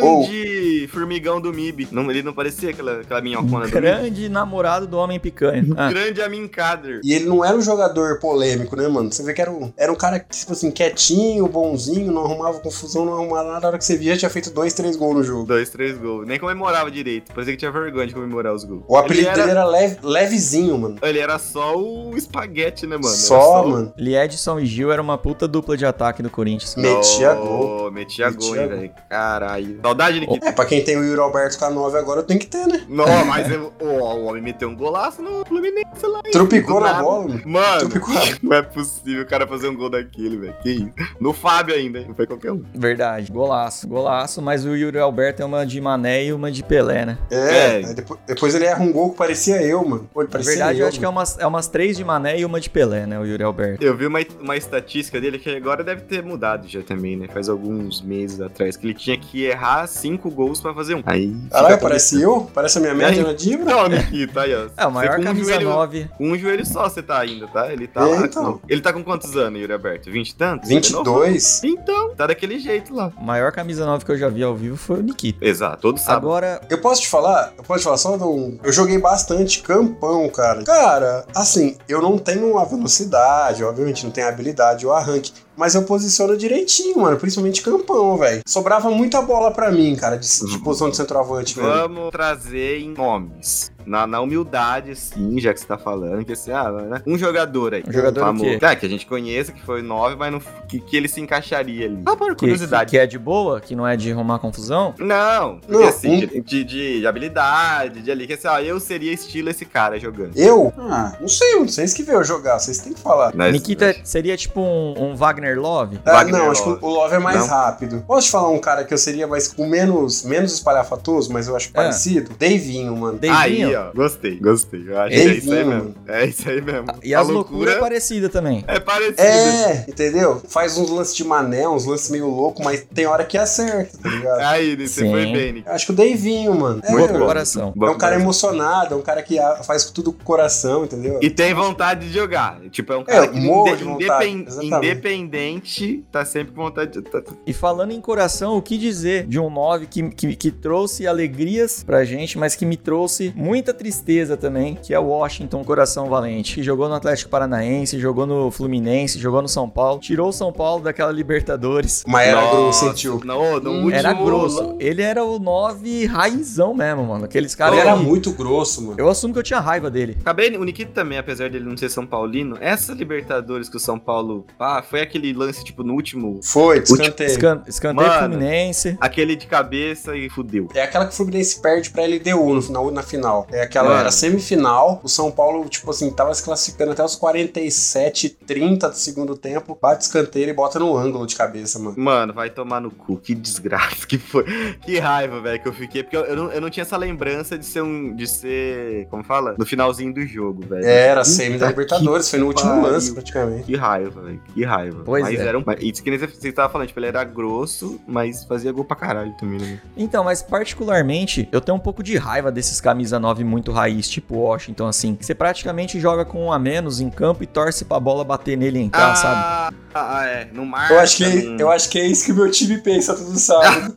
[SPEAKER 4] Grande formigão do MIB. Não, ele não parecia aquela, aquela minhocona do MIB.
[SPEAKER 2] Grande namorado do Homem Picanha. Ah,
[SPEAKER 4] Grande Amin Kader.
[SPEAKER 3] E ele não era um jogador polêmico, né, mano? Você vê que era um, era um cara, que, tipo assim, quietinho, bonzinho, não arrumava confusão, não arrumava nada. A hora que você via, já tinha feito dois, três gols no jogo.
[SPEAKER 4] Dois, três gols. Nem comemorava direito. Parecia que tinha vergonha de comemorar os gols.
[SPEAKER 3] O apelido
[SPEAKER 4] ele
[SPEAKER 3] dele
[SPEAKER 4] era,
[SPEAKER 3] era leve- levezinho, mano.
[SPEAKER 4] ele era só o espaguete, né, mano? Era
[SPEAKER 3] Só, mano.
[SPEAKER 2] Liedson e Gil era uma puta dupla de ataque do Corinthians.
[SPEAKER 3] Metia
[SPEAKER 4] Ô,
[SPEAKER 3] gol.
[SPEAKER 4] Metia gol,
[SPEAKER 3] Metia
[SPEAKER 4] hein,
[SPEAKER 3] gol.
[SPEAKER 4] velho. Caralho. Saudade de que.
[SPEAKER 3] É, pra quem tem o Yuri Alberto com a 9 agora, tem que ter, né?
[SPEAKER 4] Não, mas eu- ó, o homem meteu um golaço no Fluminense lá. hein?
[SPEAKER 3] Trupicou
[SPEAKER 4] Do
[SPEAKER 3] na
[SPEAKER 4] nada.
[SPEAKER 3] bola, mano.
[SPEAKER 4] Mano,
[SPEAKER 3] Trupicou na
[SPEAKER 4] não é possível o cara fazer um gol daquele, velho. Que isso. No Fábio ainda, hein? Não foi qualquer um.
[SPEAKER 2] Verdade, golaço, golaço, mas o Yuri Alberto é uma de Mané e uma de Pelé, né?
[SPEAKER 3] É,
[SPEAKER 4] É.
[SPEAKER 3] aí depois, depois ele erra um gol que parecia eu, mano. Pô, ele
[SPEAKER 2] Na
[SPEAKER 3] parecia
[SPEAKER 2] verdade,
[SPEAKER 3] eu.
[SPEAKER 2] eu acho que é umas, é umas três de Mané e uma de Pelé, né, o Yuri Alberto.
[SPEAKER 4] Eu vi uma, uma estatística dele que agora deve ter mudado já também, né? Faz alguns meses atrás, que ele tinha que errar cinco gols pra fazer um. Aí.
[SPEAKER 3] Caralho,
[SPEAKER 4] fica
[SPEAKER 3] parece eu? Parece a minha média
[SPEAKER 4] Aí.
[SPEAKER 3] na
[SPEAKER 4] com-
[SPEAKER 3] dívida?
[SPEAKER 4] Não, Nikita, tá aí, ó.
[SPEAKER 2] É, o
[SPEAKER 4] Você
[SPEAKER 2] maior
[SPEAKER 4] com um
[SPEAKER 2] camisa
[SPEAKER 4] joelho,
[SPEAKER 2] 9.
[SPEAKER 4] Com um joelho só você tá ainda, tá? Ele tá
[SPEAKER 3] É,
[SPEAKER 4] lá.
[SPEAKER 3] então.
[SPEAKER 4] com- Ele tá com quantos anos, Yuri Alberto? 20 e tantos? é
[SPEAKER 3] 22?
[SPEAKER 4] Então, tá daquele jeito lá.
[SPEAKER 2] O maior camisa 9 que eu já vi ao vivo foi o Nikita.
[SPEAKER 4] Exato, todo sábado.
[SPEAKER 2] Agora,
[SPEAKER 3] Eu posso te falar? Eu posso te falar só de um. Eu joguei bastante campão, cara. Cara, assim, eu não tenho a velocidade, obviamente, não tenho a habilidade ou arranque. Mas eu posiciono direitinho, mano. Principalmente campão, velho. Sobrava muita bola pra mim, cara, de, de
[SPEAKER 4] Uhum.
[SPEAKER 3] posição de centroavante, velho.
[SPEAKER 4] Vamos trazer em nomes. Na, na humildade, sim, já que você tá falando, que assim, ah, né? Um jogador aí.
[SPEAKER 2] Um jogador o quê?
[SPEAKER 4] É, que a gente conheça, que foi nove, mas não, que, que ele se encaixaria ali. Ah, por
[SPEAKER 2] que,
[SPEAKER 4] curiosidade.
[SPEAKER 2] que é de boa, que não é de arrumar confusão,
[SPEAKER 4] Não, porque
[SPEAKER 3] Não,
[SPEAKER 4] assim,
[SPEAKER 3] um-
[SPEAKER 4] de, de- de habilidade, de ali, que assim, ó, eu seria estilo esse cara jogando.
[SPEAKER 3] Eu? Ah, não sei, vocês que veio jogar, vocês têm que falar.
[SPEAKER 4] Nós-
[SPEAKER 2] Nikita
[SPEAKER 4] nós-
[SPEAKER 2] seria tipo um, um Wagner Love?
[SPEAKER 3] Ah,
[SPEAKER 4] Wagner
[SPEAKER 3] não, acho que
[SPEAKER 4] Love.
[SPEAKER 3] o Love é mais
[SPEAKER 4] Não?
[SPEAKER 3] rápido. Posso te falar um cara que eu seria mais com menos, menos espalhafatoso, mas eu
[SPEAKER 4] É.
[SPEAKER 3] acho parecido? Davinho, mano.
[SPEAKER 4] Aí,
[SPEAKER 2] Davinho?
[SPEAKER 4] ó, gostei, gostei. Eu acho que é
[SPEAKER 3] Davinho.
[SPEAKER 4] isso aí mesmo. É isso aí mesmo.
[SPEAKER 2] E
[SPEAKER 4] A
[SPEAKER 2] as loucuras é parecida também.
[SPEAKER 4] é parecida.
[SPEAKER 3] É, entendeu? Faz uns lances de mané, uns lances meio louco, mas tem hora que acerta, tá ligado?
[SPEAKER 4] Aí, você
[SPEAKER 2] Sim.
[SPEAKER 4] foi bem, Nikita.
[SPEAKER 3] Eu Acho que o Davinho, mano. É,
[SPEAKER 2] Muito
[SPEAKER 3] mano.
[SPEAKER 2] coração.
[SPEAKER 3] É um cara emocionado, é um cara que ah, faz tudo com o coração, entendeu?
[SPEAKER 4] E tem vontade de jogar. Tipo, é um cara que
[SPEAKER 3] morro
[SPEAKER 4] inde-
[SPEAKER 3] de vontade,
[SPEAKER 4] indepen-
[SPEAKER 3] exatamente.
[SPEAKER 4] independente, tá sempre com vontade de. tá- tá-
[SPEAKER 2] E falando em coração, o que dizer de um 9 que, que, que trouxe alegrias pra gente, mas que me trouxe muita tristeza também, que é o Washington Coração Valente, que jogou no Atlético Paranaense, jogou no Fluminense, jogou no São Paulo, tirou o São Paulo daquela Libertadores.
[SPEAKER 3] Mas era
[SPEAKER 4] Nossa,
[SPEAKER 3] grosso, sentiu.
[SPEAKER 4] Não, no
[SPEAKER 3] Hum,
[SPEAKER 4] último-
[SPEAKER 2] Era grosso. Ele era o 9 raizão mesmo, mano. Aqueles
[SPEAKER 3] Cara,
[SPEAKER 2] caras.
[SPEAKER 3] ele era
[SPEAKER 2] que-
[SPEAKER 3] muito grosso, mano.
[SPEAKER 2] Eu assumo que eu tinha raiva dele.
[SPEAKER 4] Acabei, o Nikita também, apesar dele não ser São Paulino, essa Libertadores que o São Paulo. Ah, foi aquele lance, tipo, no último.
[SPEAKER 3] Foi,
[SPEAKER 4] Último
[SPEAKER 3] descanteio.
[SPEAKER 2] Escan- escanteio
[SPEAKER 4] Mano.
[SPEAKER 2] Fluminense.
[SPEAKER 4] Aquele de cabeça e fudeu.
[SPEAKER 3] É aquela que o Fluminense perde pra LDU no final, na final. É aquela,
[SPEAKER 4] Mano.
[SPEAKER 3] era semifinal. O São Paulo, tipo assim, tava se classificando até os 47, 30 do segundo tempo. Bate escanteio e bota no ângulo de cabeça, mano.
[SPEAKER 4] Mano, vai tomar no cu. Que desgraça que foi. Que raiva, velho, que eu fiquei. Porque eu, eu não, eu não tinha essa lembrança de ser um. De ser. Como fala? No finalzinho do jogo, velho.
[SPEAKER 3] Era semi da
[SPEAKER 4] que
[SPEAKER 3] Libertadores, foi no último
[SPEAKER 4] pariu.
[SPEAKER 3] lance, praticamente.
[SPEAKER 4] Que raiva, velho. Que raiva.
[SPEAKER 2] Pois
[SPEAKER 4] mas
[SPEAKER 2] é.
[SPEAKER 4] era um. mas- Isso que nem você- você tava falando, tipo, ele era grosso, mas fazia gol pra caralho também, né?
[SPEAKER 2] Então, mas particularmente, eu tenho um pouco de raiva desses camisa 9 muito raiz, tipo Washington, assim. que Você praticamente joga com um a menos em campo e torce pra bola bater nele e entrar, sabe?
[SPEAKER 4] Ah, é. No mar.
[SPEAKER 3] Ah, Eu acho, que, eu acho que é isso que meu time pensa todo sábado.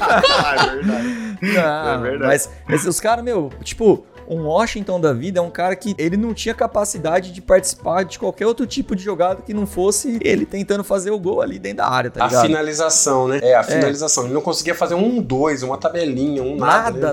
[SPEAKER 4] Ah, é verdade.
[SPEAKER 2] Não,
[SPEAKER 4] É verdade.
[SPEAKER 2] mas, mas os caras, meu, tipo, Um Washington da vida é um cara que ele não tinha capacidade de participar de qualquer outro tipo de jogada que não fosse ele tentando fazer o gol ali dentro da área, tá
[SPEAKER 3] a
[SPEAKER 2] ligado?
[SPEAKER 3] finalização, né? É, a finalização. Ele não conseguia fazer um, dois, uma tabelinha, um nada.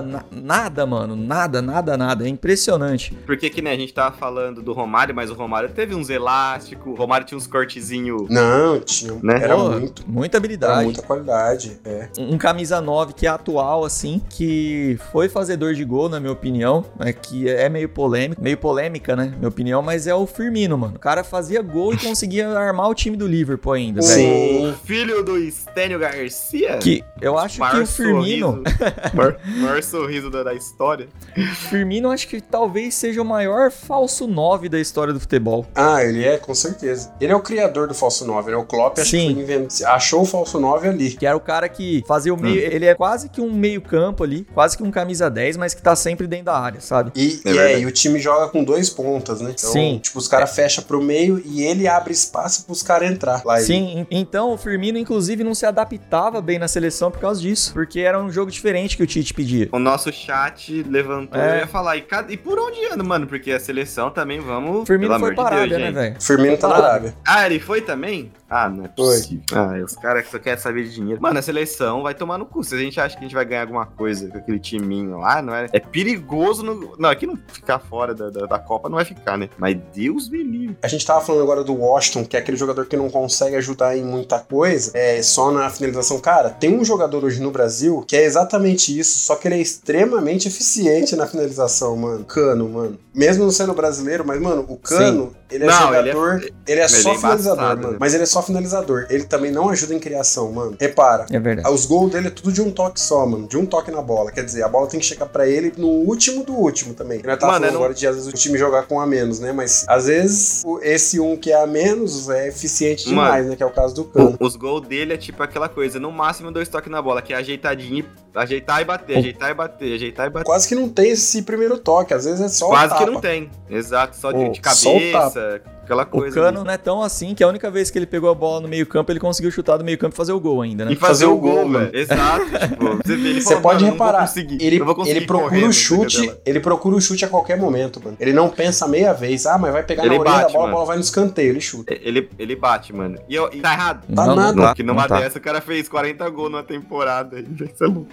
[SPEAKER 2] Nada,
[SPEAKER 3] né?
[SPEAKER 2] na- nada, mano. Nada, nada, nada. É impressionante.
[SPEAKER 4] Porque que nem a gente tava falando do Romário, mas o Romário teve uns elásticos, o Romário tinha uns cortezinhos.
[SPEAKER 3] Não, tinha.
[SPEAKER 4] Né?
[SPEAKER 3] Era
[SPEAKER 2] Pô,
[SPEAKER 3] muito.
[SPEAKER 2] Muita
[SPEAKER 3] Era
[SPEAKER 2] habilidade.
[SPEAKER 3] muita qualidade. É.
[SPEAKER 2] um camisa 9 que é atual, assim, que foi fazedor de gol, na minha opinião, né, que é meio polêmico, meio polêmica, né, minha opinião, mas é o Firmino, mano. O cara fazia gol e conseguia armar o time do Liverpool ainda, velho.
[SPEAKER 4] O filho do Estênio Garcia.
[SPEAKER 2] Que eu acho que o Firmino,
[SPEAKER 4] Sorriso, maior, maior sorriso da, da história.
[SPEAKER 2] Firmino acho que talvez seja o maior falso 9 da história do futebol.
[SPEAKER 3] Ah, ele é, com certeza. Ele é o criador do Falso 9, né? O Klopp acho que
[SPEAKER 2] Sim.
[SPEAKER 3] foi invent- achou o Falso 9 ali.
[SPEAKER 2] Que era o cara que fazia o meio.
[SPEAKER 4] Ah.
[SPEAKER 2] Ele é quase que um meio-campo ali, quase que um camisa 10, mas que tá sempre dentro da área, sabe?
[SPEAKER 3] E e
[SPEAKER 4] É
[SPEAKER 3] é,
[SPEAKER 4] verdade.
[SPEAKER 3] e o time joga com dois pontas, né? Então,
[SPEAKER 2] Sim.
[SPEAKER 3] tipo, os caras fecham pro meio e ele abre espaço pros caras entrar lá.
[SPEAKER 2] Sim, en- então o Firmino, inclusive, não se adaptava bem na seleção por causa disso, porque era um jogo diferente que o Tite pedia.
[SPEAKER 4] O nosso chat levantou
[SPEAKER 2] É.
[SPEAKER 4] e ia falar, e, cada- e por onde anda, mano? Porque a seleção também, vamos...
[SPEAKER 2] O Firmino
[SPEAKER 4] pelo
[SPEAKER 2] foi
[SPEAKER 4] amor de
[SPEAKER 2] parada,
[SPEAKER 4] Deus,
[SPEAKER 2] né,
[SPEAKER 4] gente.
[SPEAKER 2] velho?
[SPEAKER 3] Firmino tá na
[SPEAKER 2] Claro.
[SPEAKER 3] Arábia.
[SPEAKER 4] Ah, ele foi também? Ah, não é
[SPEAKER 3] Foi.
[SPEAKER 4] possível. Ah, e os caras que só querem saber de dinheiro. Mano, a seleção vai tomar no cu. Se a gente acha que a gente vai ganhar alguma coisa com aquele timinho lá, não é? É perigoso. No... Não, aqui não ficar fora da, da, da Copa não vai ficar, né? Mas Deus me livre.
[SPEAKER 3] A gente tava falando agora do Washington, que é aquele jogador que não consegue ajudar em muita coisa, é só na finalização. Cara, tem um jogador hoje no Brasil que é exatamente isso, só que ele é extremamente eficiente na finalização, mano. Cano, mano. Mesmo não sendo brasileiro, mas, mano, o Cano, ele é
[SPEAKER 4] Não,
[SPEAKER 3] jogador. Ele
[SPEAKER 4] ele
[SPEAKER 3] é,
[SPEAKER 4] ele
[SPEAKER 3] só
[SPEAKER 4] é
[SPEAKER 3] finalizador,
[SPEAKER 4] embaçado,
[SPEAKER 3] mano.
[SPEAKER 4] né?
[SPEAKER 3] Mas ele é só finalizador. Ele também não ajuda em criação, mano. Repara.
[SPEAKER 2] É verdade.
[SPEAKER 3] Os gols dele é tudo de um toque só, mano. De um toque na bola. Quer dizer, a bola tem que chegar pra ele no último do último também. Nós tava
[SPEAKER 4] Mano,
[SPEAKER 3] falando
[SPEAKER 4] eu não-
[SPEAKER 3] agora de às vezes o time jogar com um a menos, né? Mas às vezes o- esse um que é a menos é eficiente
[SPEAKER 4] Mano.
[SPEAKER 3] demais, né? Que é o caso do Cano.
[SPEAKER 4] Os gols dele é tipo aquela coisa, no máximo dois toques na bola, que é ajeitadinho, e- ajeitar e bater, ajeitar e bater, ajeitar e bater.
[SPEAKER 3] Quase que não tem esse primeiro toque. Às vezes é só
[SPEAKER 4] Quase
[SPEAKER 3] o
[SPEAKER 4] que
[SPEAKER 3] tapa.
[SPEAKER 4] não tem. Exato, só de,
[SPEAKER 3] Pô,
[SPEAKER 4] de
[SPEAKER 3] só o
[SPEAKER 4] cabeça, aquela
[SPEAKER 2] O
[SPEAKER 4] coisa.
[SPEAKER 2] Cano
[SPEAKER 3] né,
[SPEAKER 4] ali.
[SPEAKER 2] não é tão assim que a única vez que ele pegou a bola no meio-campo, ele conseguiu chutar do meio-campo e fazer o gol ainda,
[SPEAKER 4] E
[SPEAKER 2] né?
[SPEAKER 4] fazer o gol,
[SPEAKER 3] mano.
[SPEAKER 4] velho. Exato, tipo, você vê ele
[SPEAKER 3] Você
[SPEAKER 4] fala,
[SPEAKER 3] pode
[SPEAKER 4] "Mano, eu não vou
[SPEAKER 3] reparar,
[SPEAKER 4] conseguir,
[SPEAKER 3] ele,
[SPEAKER 4] eu vou conseguir
[SPEAKER 3] ele procura
[SPEAKER 4] correr,
[SPEAKER 3] o
[SPEAKER 4] não sei o que
[SPEAKER 3] chute,
[SPEAKER 4] dela."
[SPEAKER 3] ele procura o chute a qualquer momento, mano. Ele não pensa meia vez, ah, mas vai pegar
[SPEAKER 4] Ele
[SPEAKER 3] na orelha da
[SPEAKER 4] bate,
[SPEAKER 3] bola, a
[SPEAKER 4] mano.
[SPEAKER 3] bola vai no escanteio, ele chuta.
[SPEAKER 4] Ele, ele bate, mano. E, eu, e tá errado.
[SPEAKER 3] Tá nada.
[SPEAKER 4] Não, que numa
[SPEAKER 2] não tá.
[SPEAKER 4] dessa o cara fez 40 gols numa temporada. Isso é louco.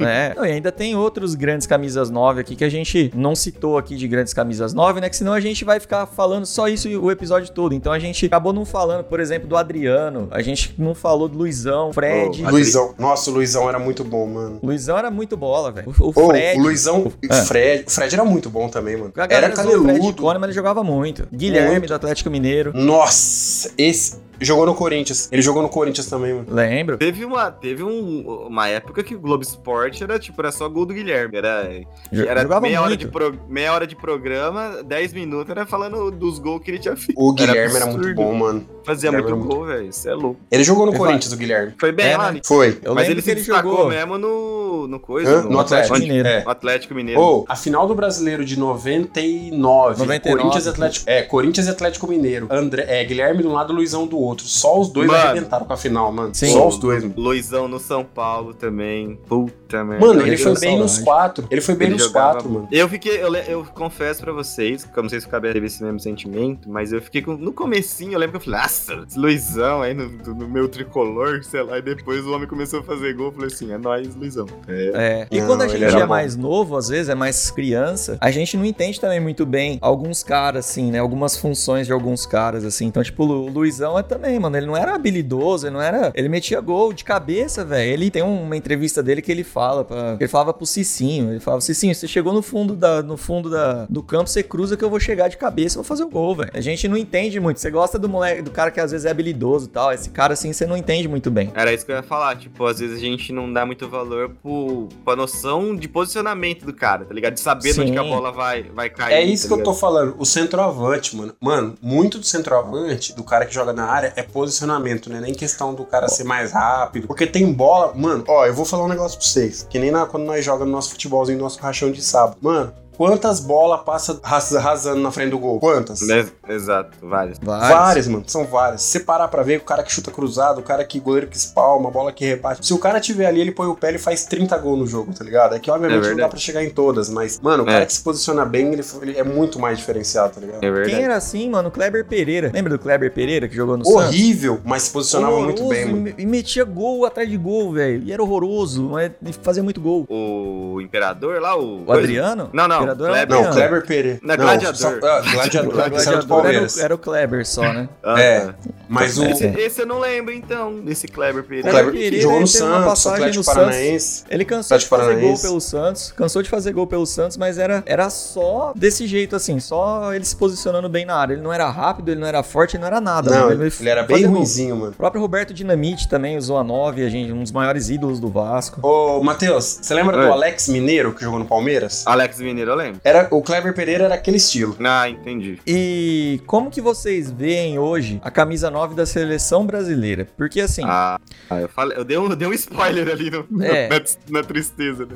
[SPEAKER 2] É. Não, e ainda tem outros grandes camisas 9 aqui que a gente não citou aqui de grandes camisas 9, né? Que senão a gente vai ficar falando só isso o episódio todo. Então a gente acabou não falando, por exemplo, do Adriano, a gente não falou do Luizão, Fred.
[SPEAKER 4] Oh,
[SPEAKER 3] Luizão. Nossa, o Luizão era muito bom, mano.
[SPEAKER 2] Luizão era muito bola, velho. O, o
[SPEAKER 3] Ô,
[SPEAKER 2] Fred.
[SPEAKER 3] o Luizão,
[SPEAKER 2] É.
[SPEAKER 3] o Fred, o Fred era muito bom também, mano.
[SPEAKER 2] A galera
[SPEAKER 3] Era
[SPEAKER 2] zoou o Fred
[SPEAKER 3] caneludo.
[SPEAKER 2] Cone, mas ele jogava muito. Guilherme
[SPEAKER 3] Muito.
[SPEAKER 2] do Atlético Mineiro.
[SPEAKER 3] Nossa, esse jogou no Corinthians. Ele jogou no Corinthians também, mano.
[SPEAKER 2] Lembro.
[SPEAKER 4] Teve, uma, teve um, uma época que o Globo Esporte era tipo, era só gol do Guilherme. Era, era
[SPEAKER 2] jogava
[SPEAKER 4] meia, hora de
[SPEAKER 2] muito.
[SPEAKER 4] pro- meia hora de programa, 10 minutos, era falando dos gols que ele tinha feito.
[SPEAKER 3] O Guilherme era, muito
[SPEAKER 4] absurdo.
[SPEAKER 3] bom, mano.
[SPEAKER 4] Fazia
[SPEAKER 3] Guilherme
[SPEAKER 4] muito
[SPEAKER 3] era muito-
[SPEAKER 4] gol, velho. Isso é louco.
[SPEAKER 3] Ele jogou no
[SPEAKER 2] Ele
[SPEAKER 3] Corinthians, o Guilherme.
[SPEAKER 4] Foi bem
[SPEAKER 2] É,
[SPEAKER 4] lá,
[SPEAKER 2] né?
[SPEAKER 3] Foi.
[SPEAKER 2] Eu
[SPEAKER 4] Mas
[SPEAKER 2] lembro
[SPEAKER 4] ele
[SPEAKER 2] que
[SPEAKER 4] se
[SPEAKER 2] ele
[SPEAKER 4] destacou
[SPEAKER 2] jogou.
[SPEAKER 4] mesmo no. No coisa?
[SPEAKER 3] Hã? No
[SPEAKER 2] Atlético
[SPEAKER 3] Atlético Mineiro.
[SPEAKER 2] Mineiro.
[SPEAKER 3] É.
[SPEAKER 4] No Atlético Mineiro.
[SPEAKER 3] Ô, a final do Brasileiro de 99,
[SPEAKER 2] 99.
[SPEAKER 3] Corinthians e Atlético, é, Corinthians e Atlético Mineiro. André, é, Guilherme de um lado, Luizão do outro. Só os dois
[SPEAKER 4] Mano.
[SPEAKER 3] arrebentaram com a final, mano.
[SPEAKER 2] Sim.
[SPEAKER 3] Só os dois, mano.
[SPEAKER 4] Luizão no São Paulo também. Puta merda.
[SPEAKER 3] Mano,
[SPEAKER 4] Eu
[SPEAKER 3] ele
[SPEAKER 4] lembro-
[SPEAKER 3] foi bem
[SPEAKER 2] saudade.
[SPEAKER 3] nos quatro. Ele foi bem
[SPEAKER 4] Ele
[SPEAKER 3] nos
[SPEAKER 4] jogava
[SPEAKER 3] quatro, mano.
[SPEAKER 4] Eu fiquei, eu, le- eu confesso pra vocês, porque eu não sei se o Cabelo teve esse mesmo sentimento, mas eu fiquei com, no comecinho, eu lembro que eu falei, nossa, esse Luizão aí no, do- no meu tricolor, sei lá, e depois o homem começou a fazer gol, eu falei assim, é nóis, Luizão.
[SPEAKER 2] É. E
[SPEAKER 3] Não,
[SPEAKER 2] quando a
[SPEAKER 3] ele
[SPEAKER 2] gente
[SPEAKER 3] era
[SPEAKER 2] é
[SPEAKER 3] bom.
[SPEAKER 2] mais novo, às vezes, é mais criança, a gente não entende também muito bem alguns caras, assim, né? Algumas funções de alguns caras, assim. Então, tipo, o Lu- o Luizão é também, mano. Ele não era habilidoso, ele não era. Ele metia gol de cabeça, velho. Ele tem um, uma entrevista dele que ele fala. Pra... Ele falava pro Cicinho. Ele falava, Cicinho, você chegou no fundo, da... no fundo da... do campo, você cruza que eu vou chegar de cabeça e vou fazer o gol, velho. A gente não entende muito. Você gosta do moleque, do cara que às vezes é habilidoso e tal. Esse cara, assim, você não entende muito bem.
[SPEAKER 4] Era isso que eu ia falar, tipo, às vezes a gente não dá muito valor pro, pra noção de posicionamento do cara, tá ligado? De saber
[SPEAKER 2] Sim.
[SPEAKER 4] onde que a bola vai, vai cair.
[SPEAKER 3] É isso
[SPEAKER 4] tá
[SPEAKER 3] que eu
[SPEAKER 4] ligado?
[SPEAKER 3] tô falando. O centroavante, mano. Mano, muito do centroavante, do cara que joga na área, é posicionamento, né? Nem questão do cara ser mais rápido. Porque tem bola. Mano, ó, eu vou falar um negócio pra vocês. Que nem na- quando nós jogamos no nosso futebolzinho, nosso rachão de sábado. Mano. Quantas bolas passa ras- rasando na frente do gol? Quantas?
[SPEAKER 4] Né? Exato, vários.
[SPEAKER 3] Várias, mano, são várias. Se você parar pra ver, o cara que chuta cruzado, o cara que goleiro que espalma, a bola que rebate. Se o cara tiver ali, ele põe o pé e faz 30 gols no jogo, tá ligado? É que, obviamente, não dá
[SPEAKER 4] verdade.
[SPEAKER 3] pra chegar em todas, mas, mano, o cara
[SPEAKER 4] É.
[SPEAKER 3] que se posiciona bem, ele, ele é muito mais diferenciado, tá ligado?
[SPEAKER 4] É
[SPEAKER 2] Quem
[SPEAKER 4] verdade.
[SPEAKER 2] era assim, mano? Kleber Pereira. Lembra do Kleber Pereira que jogou no Santos?
[SPEAKER 3] Horrível, mas se posicionava muito
[SPEAKER 2] Horroroso
[SPEAKER 3] bem, mano.
[SPEAKER 2] e me- E metia gol atrás de gol, velho. E era horroroso, mas ele fazia muito gol.
[SPEAKER 4] O imperador lá, o.
[SPEAKER 2] O Adriano?
[SPEAKER 4] Não, não,
[SPEAKER 2] O imperador era o
[SPEAKER 4] Kleber.
[SPEAKER 3] Não,
[SPEAKER 2] Adriano.
[SPEAKER 3] Kleber Pereira.
[SPEAKER 4] Não,
[SPEAKER 3] Não,
[SPEAKER 4] Gladiador.
[SPEAKER 3] só- ah, gladiador.
[SPEAKER 2] O
[SPEAKER 3] Gladiador. Saiu do
[SPEAKER 2] é gladiador era,
[SPEAKER 3] Palmeiras.
[SPEAKER 2] o- era o Kleber só, né?
[SPEAKER 4] Ah,
[SPEAKER 3] É.
[SPEAKER 4] tá.
[SPEAKER 3] Mas o, o
[SPEAKER 4] Esse, esse eu não lembro, então, desse Kleber Pereira.
[SPEAKER 3] Kleber
[SPEAKER 2] Pereira,
[SPEAKER 3] jogou no
[SPEAKER 2] ele teve uma
[SPEAKER 3] Santos,
[SPEAKER 2] passagem
[SPEAKER 3] Atlético
[SPEAKER 2] no Santos.
[SPEAKER 3] Paranaense.
[SPEAKER 2] Ele cansou de
[SPEAKER 3] Atlético
[SPEAKER 2] fazer gol
[SPEAKER 3] Paranaense.
[SPEAKER 2] pelo Santos, cansou de fazer gol pelo Santos, mas era, era só desse jeito, assim, só ele se posicionando bem na área. Ele não era rápido, ele não era forte, ele não era nada.
[SPEAKER 3] Não,
[SPEAKER 2] né?
[SPEAKER 3] ele era bem
[SPEAKER 2] fazia gol.
[SPEAKER 3] ruimzinho, mano.
[SPEAKER 2] O próprio Roberto Dinamite também usou a 9, a gente, um dos maiores ídolos do Vasco.
[SPEAKER 3] Ô, Matheus, você lembra
[SPEAKER 4] Oi.
[SPEAKER 3] do Alex Mineiro que jogou no Palmeiras?
[SPEAKER 4] Alex Mineiro, eu lembro.
[SPEAKER 3] Era, o Kleber Pereira era aquele estilo.
[SPEAKER 4] Ah, entendi.
[SPEAKER 2] E como que vocês veem hoje a camisa 9 da seleção brasileira? Porque assim,
[SPEAKER 4] Ah, ah, eu, falei, eu, dei um, eu dei um spoiler ali no-
[SPEAKER 2] É.
[SPEAKER 4] na, na tristeza, né?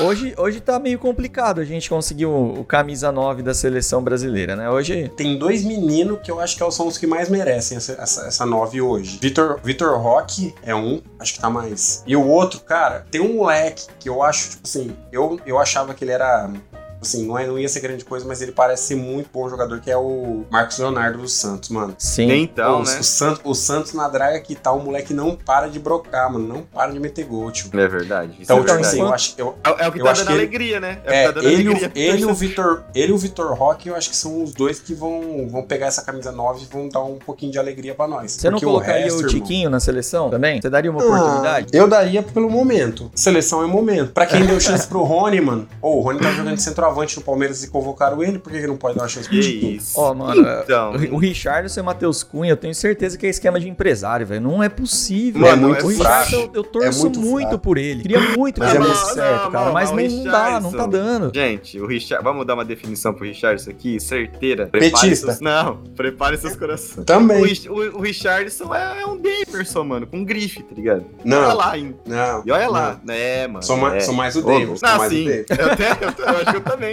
[SPEAKER 2] hoje, hoje tá meio complicado a gente conseguir o, o camisa 9 da seleção brasileira, né? Hoje
[SPEAKER 3] Tem dois meninos que eu acho que são os que mais merecem essa, essa, essa nove hoje. Vitor, Vitor Roque é um, acho que tá mais. E o outro, cara, tem um moleque que eu acho, tipo assim, eu, eu achava que ele era. Assim, não, é, não ia ser grande coisa, mas ele parece ser muito bom jogador, que é o Marcos Leonardo dos Santos, mano.
[SPEAKER 2] sim.
[SPEAKER 4] Nem então,
[SPEAKER 3] o,
[SPEAKER 4] né?
[SPEAKER 3] o Santos, o Santos na draga que tá, o moleque não para de brocar, mano. Não para de meter gol, tio.
[SPEAKER 4] É verdade. isso
[SPEAKER 3] Então,
[SPEAKER 4] é,
[SPEAKER 3] tipo
[SPEAKER 4] verdade.
[SPEAKER 3] assim, eu acho que. Eu,
[SPEAKER 4] É- é o que
[SPEAKER 3] eu
[SPEAKER 4] tá
[SPEAKER 3] acho
[SPEAKER 4] dando
[SPEAKER 3] que ele-
[SPEAKER 4] alegria, né? o que
[SPEAKER 3] é,
[SPEAKER 4] tá dando
[SPEAKER 3] ele,
[SPEAKER 4] alegria.
[SPEAKER 3] ele, o Vitor, ele e o Vitor Roque, eu acho que são os dois que vão, vão pegar essa camisa nova e vão dar um pouquinho de alegria pra nós.
[SPEAKER 2] Você não
[SPEAKER 3] Porque
[SPEAKER 2] colocaria o,
[SPEAKER 3] resto, irmão,
[SPEAKER 2] Tiquinho na seleção também? Você daria uma
[SPEAKER 3] ah,
[SPEAKER 2] oportunidade?
[SPEAKER 3] eu daria pelo momento. Seleção é momento. Pra quem deu chance pro Rony, mano. Ou o Rony tá jogando de centroavante no Palmeiras e convocaram ele, por que, que não pode dar uma chance
[SPEAKER 4] Que é
[SPEAKER 3] pro Tiquinho?
[SPEAKER 4] isso.
[SPEAKER 2] Ó, mano,
[SPEAKER 4] então,
[SPEAKER 2] O Richardson e o Matheus Cunha, eu tenho certeza que é esquema de empresário, velho. Não é possível.
[SPEAKER 4] Mano,
[SPEAKER 3] é
[SPEAKER 2] o
[SPEAKER 3] muito
[SPEAKER 2] Richardson,
[SPEAKER 3] fraco.
[SPEAKER 2] eu torço
[SPEAKER 3] É muito
[SPEAKER 2] muito,
[SPEAKER 3] fraco.
[SPEAKER 2] por ele. Queria muito que
[SPEAKER 3] Mas é
[SPEAKER 2] desse
[SPEAKER 3] muito- é
[SPEAKER 2] certo,
[SPEAKER 4] não,
[SPEAKER 2] cara.
[SPEAKER 4] não,
[SPEAKER 2] mas
[SPEAKER 4] o
[SPEAKER 2] não, não dá, não
[SPEAKER 4] Richardson-
[SPEAKER 2] tá dando.
[SPEAKER 4] Gente, o Richard, vamos dar uma definição pro Richardson aqui, certeira. Prepare
[SPEAKER 3] Petista.
[SPEAKER 4] Seus... Não, prepare seus corações. O,
[SPEAKER 3] Também.
[SPEAKER 4] Rich- o- o Richardson é, é um Daverson, mano, com grife, tá ligado? Olha
[SPEAKER 3] Não,
[SPEAKER 4] lá ainda.
[SPEAKER 3] não.
[SPEAKER 4] E olha lá. É, mano.
[SPEAKER 3] Sou, ma-
[SPEAKER 4] é.
[SPEAKER 3] sou mais o
[SPEAKER 4] Ô,
[SPEAKER 3] Davis. sou
[SPEAKER 4] Ah,
[SPEAKER 3] mais o
[SPEAKER 4] sim.
[SPEAKER 3] Davis.
[SPEAKER 4] Eu, até, eu, tô- eu acho que eu também.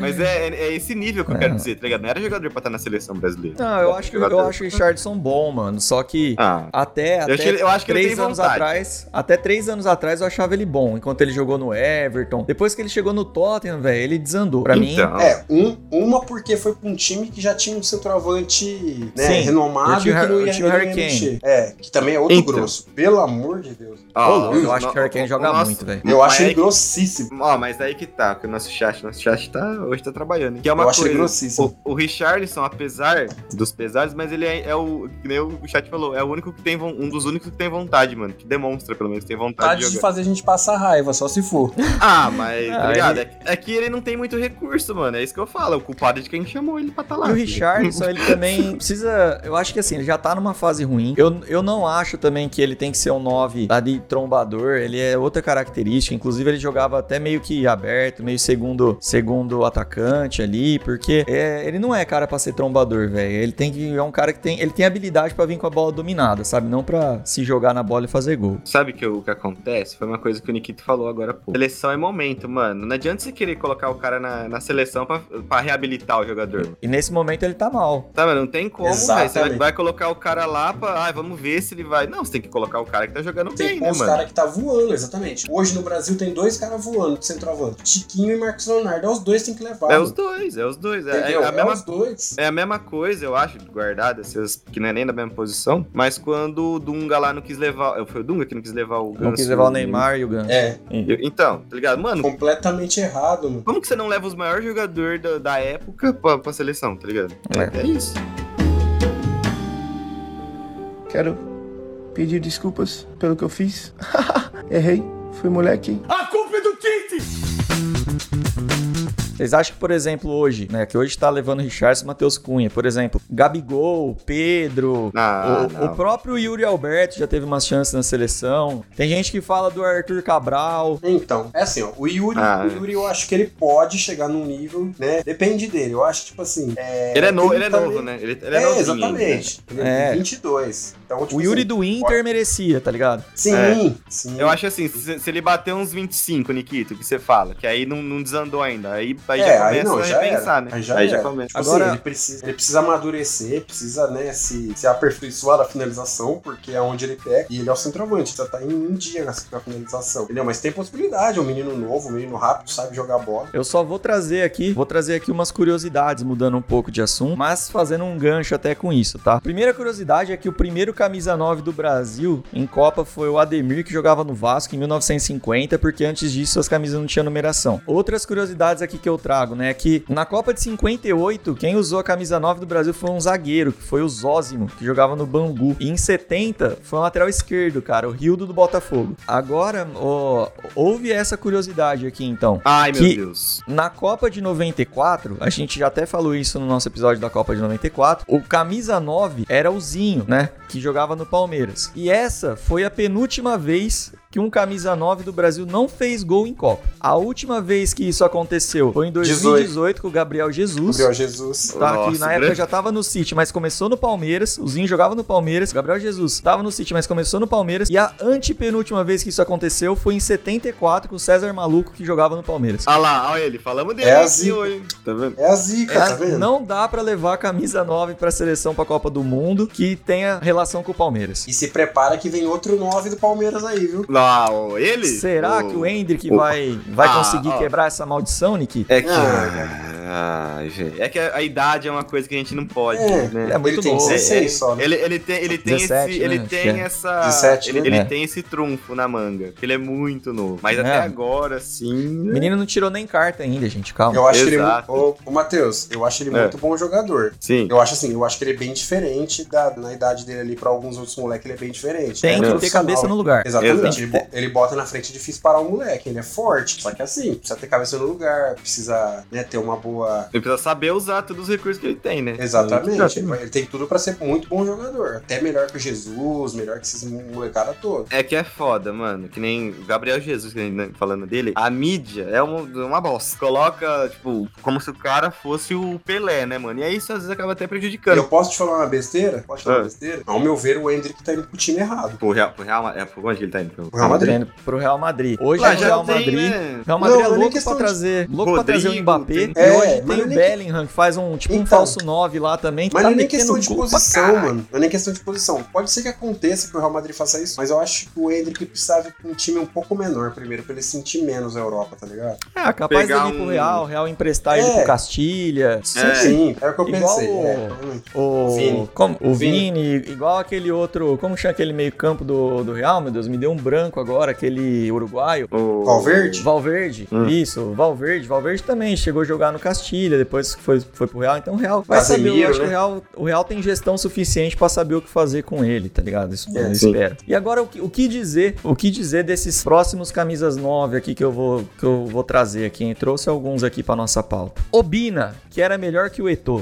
[SPEAKER 4] Mas é, é- é esse nível que eu quero dizer, tá ligado? Não era jogador pra estar na seleção brasileira.
[SPEAKER 2] Não, eu acho que eu acho o Richardson bom, mano. Só que
[SPEAKER 4] Ah,
[SPEAKER 2] até,
[SPEAKER 4] eu,
[SPEAKER 2] até
[SPEAKER 4] acho que, ele- eu acho que ele tem
[SPEAKER 2] três anos
[SPEAKER 4] vontade.
[SPEAKER 2] atrás, até três anos atrás eu achava ele bom, enquanto ele jogou no Everton. Depois que ele chegou no Tottenham, velho, ele desandou. Pra mim,
[SPEAKER 4] então,
[SPEAKER 3] É, um- uma porque foi pra um time que já tinha um centroavante né,
[SPEAKER 2] Sim,
[SPEAKER 3] renomado
[SPEAKER 2] eu tinha o
[SPEAKER 3] que
[SPEAKER 2] Har-
[SPEAKER 3] não
[SPEAKER 2] eu
[SPEAKER 3] ia,
[SPEAKER 2] tinha o
[SPEAKER 3] não ia
[SPEAKER 2] Harry Kane.
[SPEAKER 3] mexer. É, que também é outro
[SPEAKER 4] Então.
[SPEAKER 3] grosso. Pelo amor de Deus.
[SPEAKER 4] ó,
[SPEAKER 2] Ô, louco, eu acho
[SPEAKER 4] no-
[SPEAKER 2] que o Harry Kane
[SPEAKER 4] o
[SPEAKER 2] joga
[SPEAKER 4] nosso-
[SPEAKER 2] muito, velho.
[SPEAKER 3] Eu acho
[SPEAKER 4] Mas
[SPEAKER 3] ele
[SPEAKER 4] é que-
[SPEAKER 3] grossíssimo.
[SPEAKER 4] Ó, mas aí que tá, que o nosso chat, nosso chat tá, hoje tá trabalhando. hein? Que é uma
[SPEAKER 3] eu acho ele
[SPEAKER 4] coisa,
[SPEAKER 3] grossíssimo.
[SPEAKER 4] o, o Richarlison, apesar dos pesares, mas ele é, é o, que nem o chat falou, é o único que tem, von- um dos únicos que tem vontade, mano, que demonstra, pelo menos, tem vontade de jogar.
[SPEAKER 3] Tá fazer a gente passar raiva, só se for.
[SPEAKER 4] Ah, mas, tá
[SPEAKER 2] Ah,
[SPEAKER 4] ligado? É que- É que ele não tem muito recurso, mano, é isso que eu falo, o culpado é de quem chamou ele pra tá lá.
[SPEAKER 2] E o Richardson, ele também precisa. Eu acho que assim, ele já tá numa fase ruim. Eu, eu não acho também que ele tem que ser um 9 lá de trombador. Ele é outra característica. Inclusive, ele jogava até meio que aberto, meio segundo, segundo atacante ali, porque é, ele não é cara pra ser trombador, velho. Ele tem que. É um cara que tem. Ele tem habilidade pra vir com a bola dominada, sabe? Não pra se jogar na bola e fazer gol.
[SPEAKER 4] Sabe que o que acontece? Foi uma coisa que o Nikito falou agora há pouco. Seleção é momento, mano. Não adianta você querer colocar o cara na, na seleção pra, pra reabilitar o jogador. mano.
[SPEAKER 2] E nesse momento ele tá mal.
[SPEAKER 4] Tá, mano, não tem como, velho. Você vai,
[SPEAKER 3] Exatamente.
[SPEAKER 4] vai colocar o cara lá pra. Ai, vamos ver se ele vai. Não, você tem que colocar o cara que tá jogando
[SPEAKER 3] Tem
[SPEAKER 4] bem, né,
[SPEAKER 3] uns
[SPEAKER 4] mano?
[SPEAKER 3] caras que tá voando, exatamente. Hoje no Brasil tem dois caras voando de centroavante. Tiquinho e Marcos Leonardo. É os dois que tem que levar.
[SPEAKER 4] É
[SPEAKER 3] mano.
[SPEAKER 4] os dois, é os dois. É, é
[SPEAKER 3] Entendeu?
[SPEAKER 4] a
[SPEAKER 3] É
[SPEAKER 4] mesma
[SPEAKER 3] os dois.
[SPEAKER 4] É a mesma coisa, eu acho, guardada, essas que não é nem da mesma posição. Mas quando o Dunga lá não quis levar. Foi o Dunga que não quis levar o
[SPEAKER 2] Não
[SPEAKER 4] Ganso,
[SPEAKER 2] quis levar o Neymar e o Ganso.
[SPEAKER 3] É,
[SPEAKER 4] Eu- então, tá ligado? Mano,
[SPEAKER 3] completamente errado, mano.
[SPEAKER 4] como que você não leva os maiores jogadores da, da época pra, pra seleção, tá ligado? É, isso.
[SPEAKER 7] Quero pedir desculpas pelo que eu fiz. Errei, fui moleque.
[SPEAKER 2] Vocês acham que, por exemplo, hoje, né? Que hoje tá levando Richardson e Matheus Cunha, por exemplo, Gabigol, Pedro.
[SPEAKER 4] Ah,
[SPEAKER 2] o-
[SPEAKER 4] não.
[SPEAKER 2] o, próprio Yuri Alberto já teve umas chances na seleção. Tem gente que fala do Arthur Cabral.
[SPEAKER 3] Então, é assim, ó, o Yuri,
[SPEAKER 4] Ah,
[SPEAKER 3] o Yuri eu acho que ele pode chegar num nível, né? Depende dele. Eu acho, tipo assim. É,
[SPEAKER 4] ele é, no, ele é
[SPEAKER 3] tá
[SPEAKER 4] novo,
[SPEAKER 3] meio-
[SPEAKER 4] né? Ele, ele é,
[SPEAKER 3] É,
[SPEAKER 4] novinho,
[SPEAKER 3] exatamente. Ele é
[SPEAKER 2] É.
[SPEAKER 3] 22. Então, tipo
[SPEAKER 2] O Yuri
[SPEAKER 3] assim,
[SPEAKER 2] do Inter merecia, tá ligado?
[SPEAKER 3] Sim,
[SPEAKER 4] É.
[SPEAKER 3] sim.
[SPEAKER 4] né? Eu acho assim, se, se ele bater uns 25, Nikito, que você fala, que aí não, não desandou ainda. Aí Aí
[SPEAKER 3] É,
[SPEAKER 4] já
[SPEAKER 3] aí
[SPEAKER 4] começa
[SPEAKER 3] não,
[SPEAKER 4] a
[SPEAKER 3] já
[SPEAKER 4] repensar,
[SPEAKER 3] era.
[SPEAKER 4] né?
[SPEAKER 3] Aí já era.
[SPEAKER 4] começa.
[SPEAKER 3] Tipo
[SPEAKER 2] Agora-
[SPEAKER 3] assim, ele precisa, ele precisa amadurecer, precisa, né, se, se aperfeiçoar a finalização, porque é onde ele pega. E ele é o centroavante, já tá em um dia na na finalização. Entendeu? Mas tem possibilidade, é um menino novo, um menino rápido, sabe jogar bola.
[SPEAKER 2] Eu só vou trazer aqui, vou trazer aqui umas curiosidades, mudando um pouco de assunto, mas fazendo um gancho até com isso, tá? Primeira curiosidade é que o primeiro camisa 9 do Brasil em Copa foi o Ademir, que jogava no Vasco em 1950, porque antes disso as camisas não tinham numeração. Outras curiosidades aqui que eu trago, né, é que na Copa de 58, quem usou a camisa 9 do Brasil foi um zagueiro, que foi o Zózimo, que jogava no Bangu. E em 70, foi um lateral esquerdo, cara, o Rildo do Botafogo. Agora, ó, houve essa curiosidade aqui, então.
[SPEAKER 4] Ai, meu
[SPEAKER 2] Que-
[SPEAKER 4] Deus.
[SPEAKER 2] Na Copa de 94, a gente já até falou isso no nosso episódio da Copa de 94, o camisa 9 era o Zinho, né? Que jogava no Palmeiras. E essa foi a penúltima vez que um camisa 9 do Brasil não fez gol em Copa. A última vez que isso aconteceu foi em 2018 com o Gabriel Jesus.
[SPEAKER 3] Gabriel Jesus.
[SPEAKER 2] Tá, que
[SPEAKER 4] Nossa,
[SPEAKER 2] na época
[SPEAKER 4] grande.
[SPEAKER 2] já tava no City, mas começou no Palmeiras. O Zinho jogava no Palmeiras. Gabriel Jesus tava no City, mas começou no Palmeiras. E a antepenúltima vez que isso aconteceu foi em 74 com o César Maluco, que jogava no Palmeiras.
[SPEAKER 4] Olha lá, olha ele. Falamos dele
[SPEAKER 3] É
[SPEAKER 4] aqui
[SPEAKER 3] assim.
[SPEAKER 4] hoje. Tá vendo?
[SPEAKER 3] É a zica,
[SPEAKER 2] É,
[SPEAKER 3] tá vendo?
[SPEAKER 2] não dá pra levar a camisa 9 pra seleção pra Copa do Mundo que tenha relação com o Palmeiras.
[SPEAKER 3] E se prepara que vem outro 9 do Palmeiras aí, viu?
[SPEAKER 4] Lá, ó, ele?
[SPEAKER 2] Será que o Hendrick vai, vai
[SPEAKER 4] Ah,
[SPEAKER 2] conseguir
[SPEAKER 4] ó.
[SPEAKER 2] quebrar essa maldição, Nick?
[SPEAKER 4] É que.
[SPEAKER 3] Ah.
[SPEAKER 4] Ai, gente. É que a a idade é uma coisa que a gente não pode,
[SPEAKER 3] É.
[SPEAKER 4] né?
[SPEAKER 2] É muito
[SPEAKER 3] ele tem
[SPEAKER 2] novo.
[SPEAKER 3] 16 só, né?
[SPEAKER 4] Ele, ele tem, ele tem
[SPEAKER 2] 17,
[SPEAKER 4] esse.
[SPEAKER 2] né?
[SPEAKER 4] Ele
[SPEAKER 2] Acho
[SPEAKER 4] tem
[SPEAKER 2] que é.
[SPEAKER 4] essa.
[SPEAKER 3] 17,
[SPEAKER 4] ele
[SPEAKER 3] né?
[SPEAKER 4] ele
[SPEAKER 2] É.
[SPEAKER 4] tem esse trunfo na manga. Ele é muito novo. Mas
[SPEAKER 2] É.
[SPEAKER 4] até agora, sim. né?
[SPEAKER 2] O menino não tirou nem carta ainda, gente. Calma.
[SPEAKER 3] Eu acho que ele.
[SPEAKER 4] Exato.
[SPEAKER 3] Ô, ô Matheus, eu acho ele
[SPEAKER 4] É.
[SPEAKER 3] muito bom jogador.
[SPEAKER 4] Sim.
[SPEAKER 3] Eu acho assim, eu acho que ele é bem diferente da, na idade dele ali pra alguns outros moleques, ele é bem diferente.
[SPEAKER 2] Tem
[SPEAKER 3] Ele é
[SPEAKER 2] que ter
[SPEAKER 3] profissional.
[SPEAKER 2] cabeça no lugar.
[SPEAKER 3] Exatamente,
[SPEAKER 4] Exato.
[SPEAKER 3] ele, bo- ele bota na frente, é difícil parar o moleque, ele é forte, só que assim, precisa ter cabeça no lugar, precisa né, ter uma boa...
[SPEAKER 4] Ele precisa saber usar todos os recursos que ele tem, né?
[SPEAKER 3] Exatamente, ele, vai- ele tem tudo pra ser muito bom jogador, até melhor que o Jesus, melhor que esses molecada todos.
[SPEAKER 4] É que é foda, mano. Que nem o Gabriel Jesus, que a gente tá falando dele, a mídia é uma, uma bosta. Coloca, tipo, como se o cara fosse o Pelé, né, mano? E aí isso às vezes acaba até
[SPEAKER 3] E
[SPEAKER 4] prejudicando.
[SPEAKER 3] eu posso te falar uma besteira? Posso te falar
[SPEAKER 4] Ah.
[SPEAKER 3] uma besteira? Ao meu ver, o Hendrick tá indo pro time errado.
[SPEAKER 4] Pro Real, pro Real Madrid. É, pro onde que ele tá indo? Pro
[SPEAKER 3] Real Madrid.
[SPEAKER 2] Vendo Pro Real Madrid. Hoje
[SPEAKER 4] Lá,
[SPEAKER 2] é o
[SPEAKER 4] já
[SPEAKER 2] Real
[SPEAKER 4] tem,
[SPEAKER 2] Madrid.
[SPEAKER 4] né?
[SPEAKER 2] Real Madrid
[SPEAKER 3] Não,
[SPEAKER 2] é
[SPEAKER 3] não é nem
[SPEAKER 2] louco pra
[SPEAKER 3] questão de-
[SPEAKER 2] trazer, louco pra
[SPEAKER 4] Rodrigo,
[SPEAKER 2] trazer o Mbappé.
[SPEAKER 4] tem-
[SPEAKER 2] e
[SPEAKER 3] É,
[SPEAKER 2] hoje
[SPEAKER 3] mas
[SPEAKER 2] tem
[SPEAKER 3] não é
[SPEAKER 2] o
[SPEAKER 3] nem-
[SPEAKER 2] Bellingham, que faz um tipo um
[SPEAKER 3] Então.
[SPEAKER 2] falso 9 lá também. que
[SPEAKER 3] Mas
[SPEAKER 2] tá
[SPEAKER 3] não é nem
[SPEAKER 2] metendo
[SPEAKER 3] questão de
[SPEAKER 2] gol pra
[SPEAKER 3] posição,
[SPEAKER 2] caralho.
[SPEAKER 3] mano. Não é nem questão de posição. Pode ser que aconteça que o Real Madrid faça isso, mas eu acho que o Hendrick precisava de um time um pouco menor primeiro, pra ele sentir menos a Europa, tá ligado?
[SPEAKER 2] Ah, capaz
[SPEAKER 4] Pegar
[SPEAKER 2] dele ir pro
[SPEAKER 4] um-
[SPEAKER 2] Real, o Real emprestar ele
[SPEAKER 3] É.
[SPEAKER 2] pro Castilha.
[SPEAKER 4] É.
[SPEAKER 3] Sim, é o que eu
[SPEAKER 2] Igual
[SPEAKER 3] pensei.
[SPEAKER 2] o-
[SPEAKER 3] é, provavelmente.
[SPEAKER 2] O Vini.
[SPEAKER 3] Vini.
[SPEAKER 2] o Vini.
[SPEAKER 3] Vini.
[SPEAKER 2] igual aquele outro. Como chama aquele meio-campo do, do Real, meu Deus? Me deu um branco agora, aquele uruguaio.
[SPEAKER 4] O...
[SPEAKER 3] Valverde?
[SPEAKER 2] Valverde,
[SPEAKER 4] Hum.
[SPEAKER 2] isso, Valverde. Valverde também chegou a jogar no Castilha, depois foi, foi pro Real. Então o Real vai
[SPEAKER 3] Casemiro,
[SPEAKER 2] saber. Eu acho
[SPEAKER 3] né?
[SPEAKER 2] que o Real, o Real tem gestão suficiente pra saber o que fazer com ele, tá ligado? Isso
[SPEAKER 3] É,
[SPEAKER 2] eu
[SPEAKER 4] sim.
[SPEAKER 2] espero. E agora, o que, o que dizer? O que dizer desses próximos camisas 9 aqui que eu vou, que eu vou trazer aqui? hein? Trouxe alguns aqui pra nossa pauta. Obina, que era melhor que o Eto'o.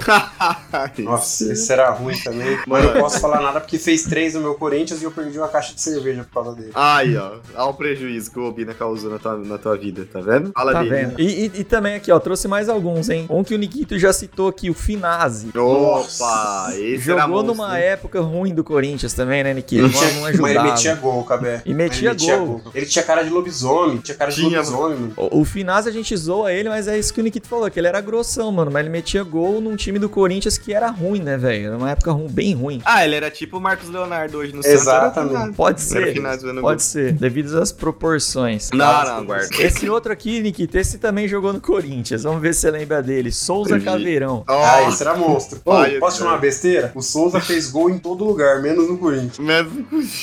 [SPEAKER 3] Nossa, esse era ruim também. Mano, eu não posso falar nada porque fez três no meu Corinthians e eu perdi uma caixa de cerveja por causa dele.
[SPEAKER 4] Aí, ó. Olha o prejuízo que o Obina causou na tua, na tua vida, tá vendo? Fala
[SPEAKER 2] Tá
[SPEAKER 4] dele.
[SPEAKER 3] né?
[SPEAKER 2] vendo? E, e- e também aqui, ó, trouxe mais alguns, hein? Um que o Nikito já citou aqui, o Finazzi.
[SPEAKER 4] Opa, esse era
[SPEAKER 2] Jogou
[SPEAKER 4] monstro,
[SPEAKER 2] numa
[SPEAKER 4] hein?
[SPEAKER 2] época ruim do Corinthians também, né, Nikito? Não, não
[SPEAKER 3] Mas ele metia
[SPEAKER 2] ajudava.
[SPEAKER 3] gol, Cabé.
[SPEAKER 2] E metia
[SPEAKER 3] Ele
[SPEAKER 2] gol.
[SPEAKER 3] Ele tinha cara de lobisomem, tinha cara de
[SPEAKER 4] Tinha,
[SPEAKER 3] lobisomem, mano.
[SPEAKER 2] O, o Finazzi a gente zoa ele, mas é isso que o Nikito falou, que ele era grossão, mano. Mas ele metia gol num time do Corinthians que era ruim, né, velho? Era uma época ru- bem ruim.
[SPEAKER 4] Ah, ele era tipo o Marcos Leonardo hoje no
[SPEAKER 3] Exatamente.
[SPEAKER 4] Santos. Era
[SPEAKER 2] Pode
[SPEAKER 4] Era o
[SPEAKER 2] ser,
[SPEAKER 4] Finazzi vendo
[SPEAKER 2] pode ser, devido às proporções.
[SPEAKER 4] gol. Não, não, guarda.
[SPEAKER 2] Esse outro aqui, Nikito, esse também jogou no Corinthians. Vamos ver se você lembra dele. Souza
[SPEAKER 4] Entendi.
[SPEAKER 2] Caveirão.
[SPEAKER 3] Ah,
[SPEAKER 4] Ó,
[SPEAKER 3] esse era monstro. Ô,
[SPEAKER 4] Pai,
[SPEAKER 3] posso te falar uma besteira? O Souza fez gol em todo lugar, menos no Corinthians.
[SPEAKER 4] mas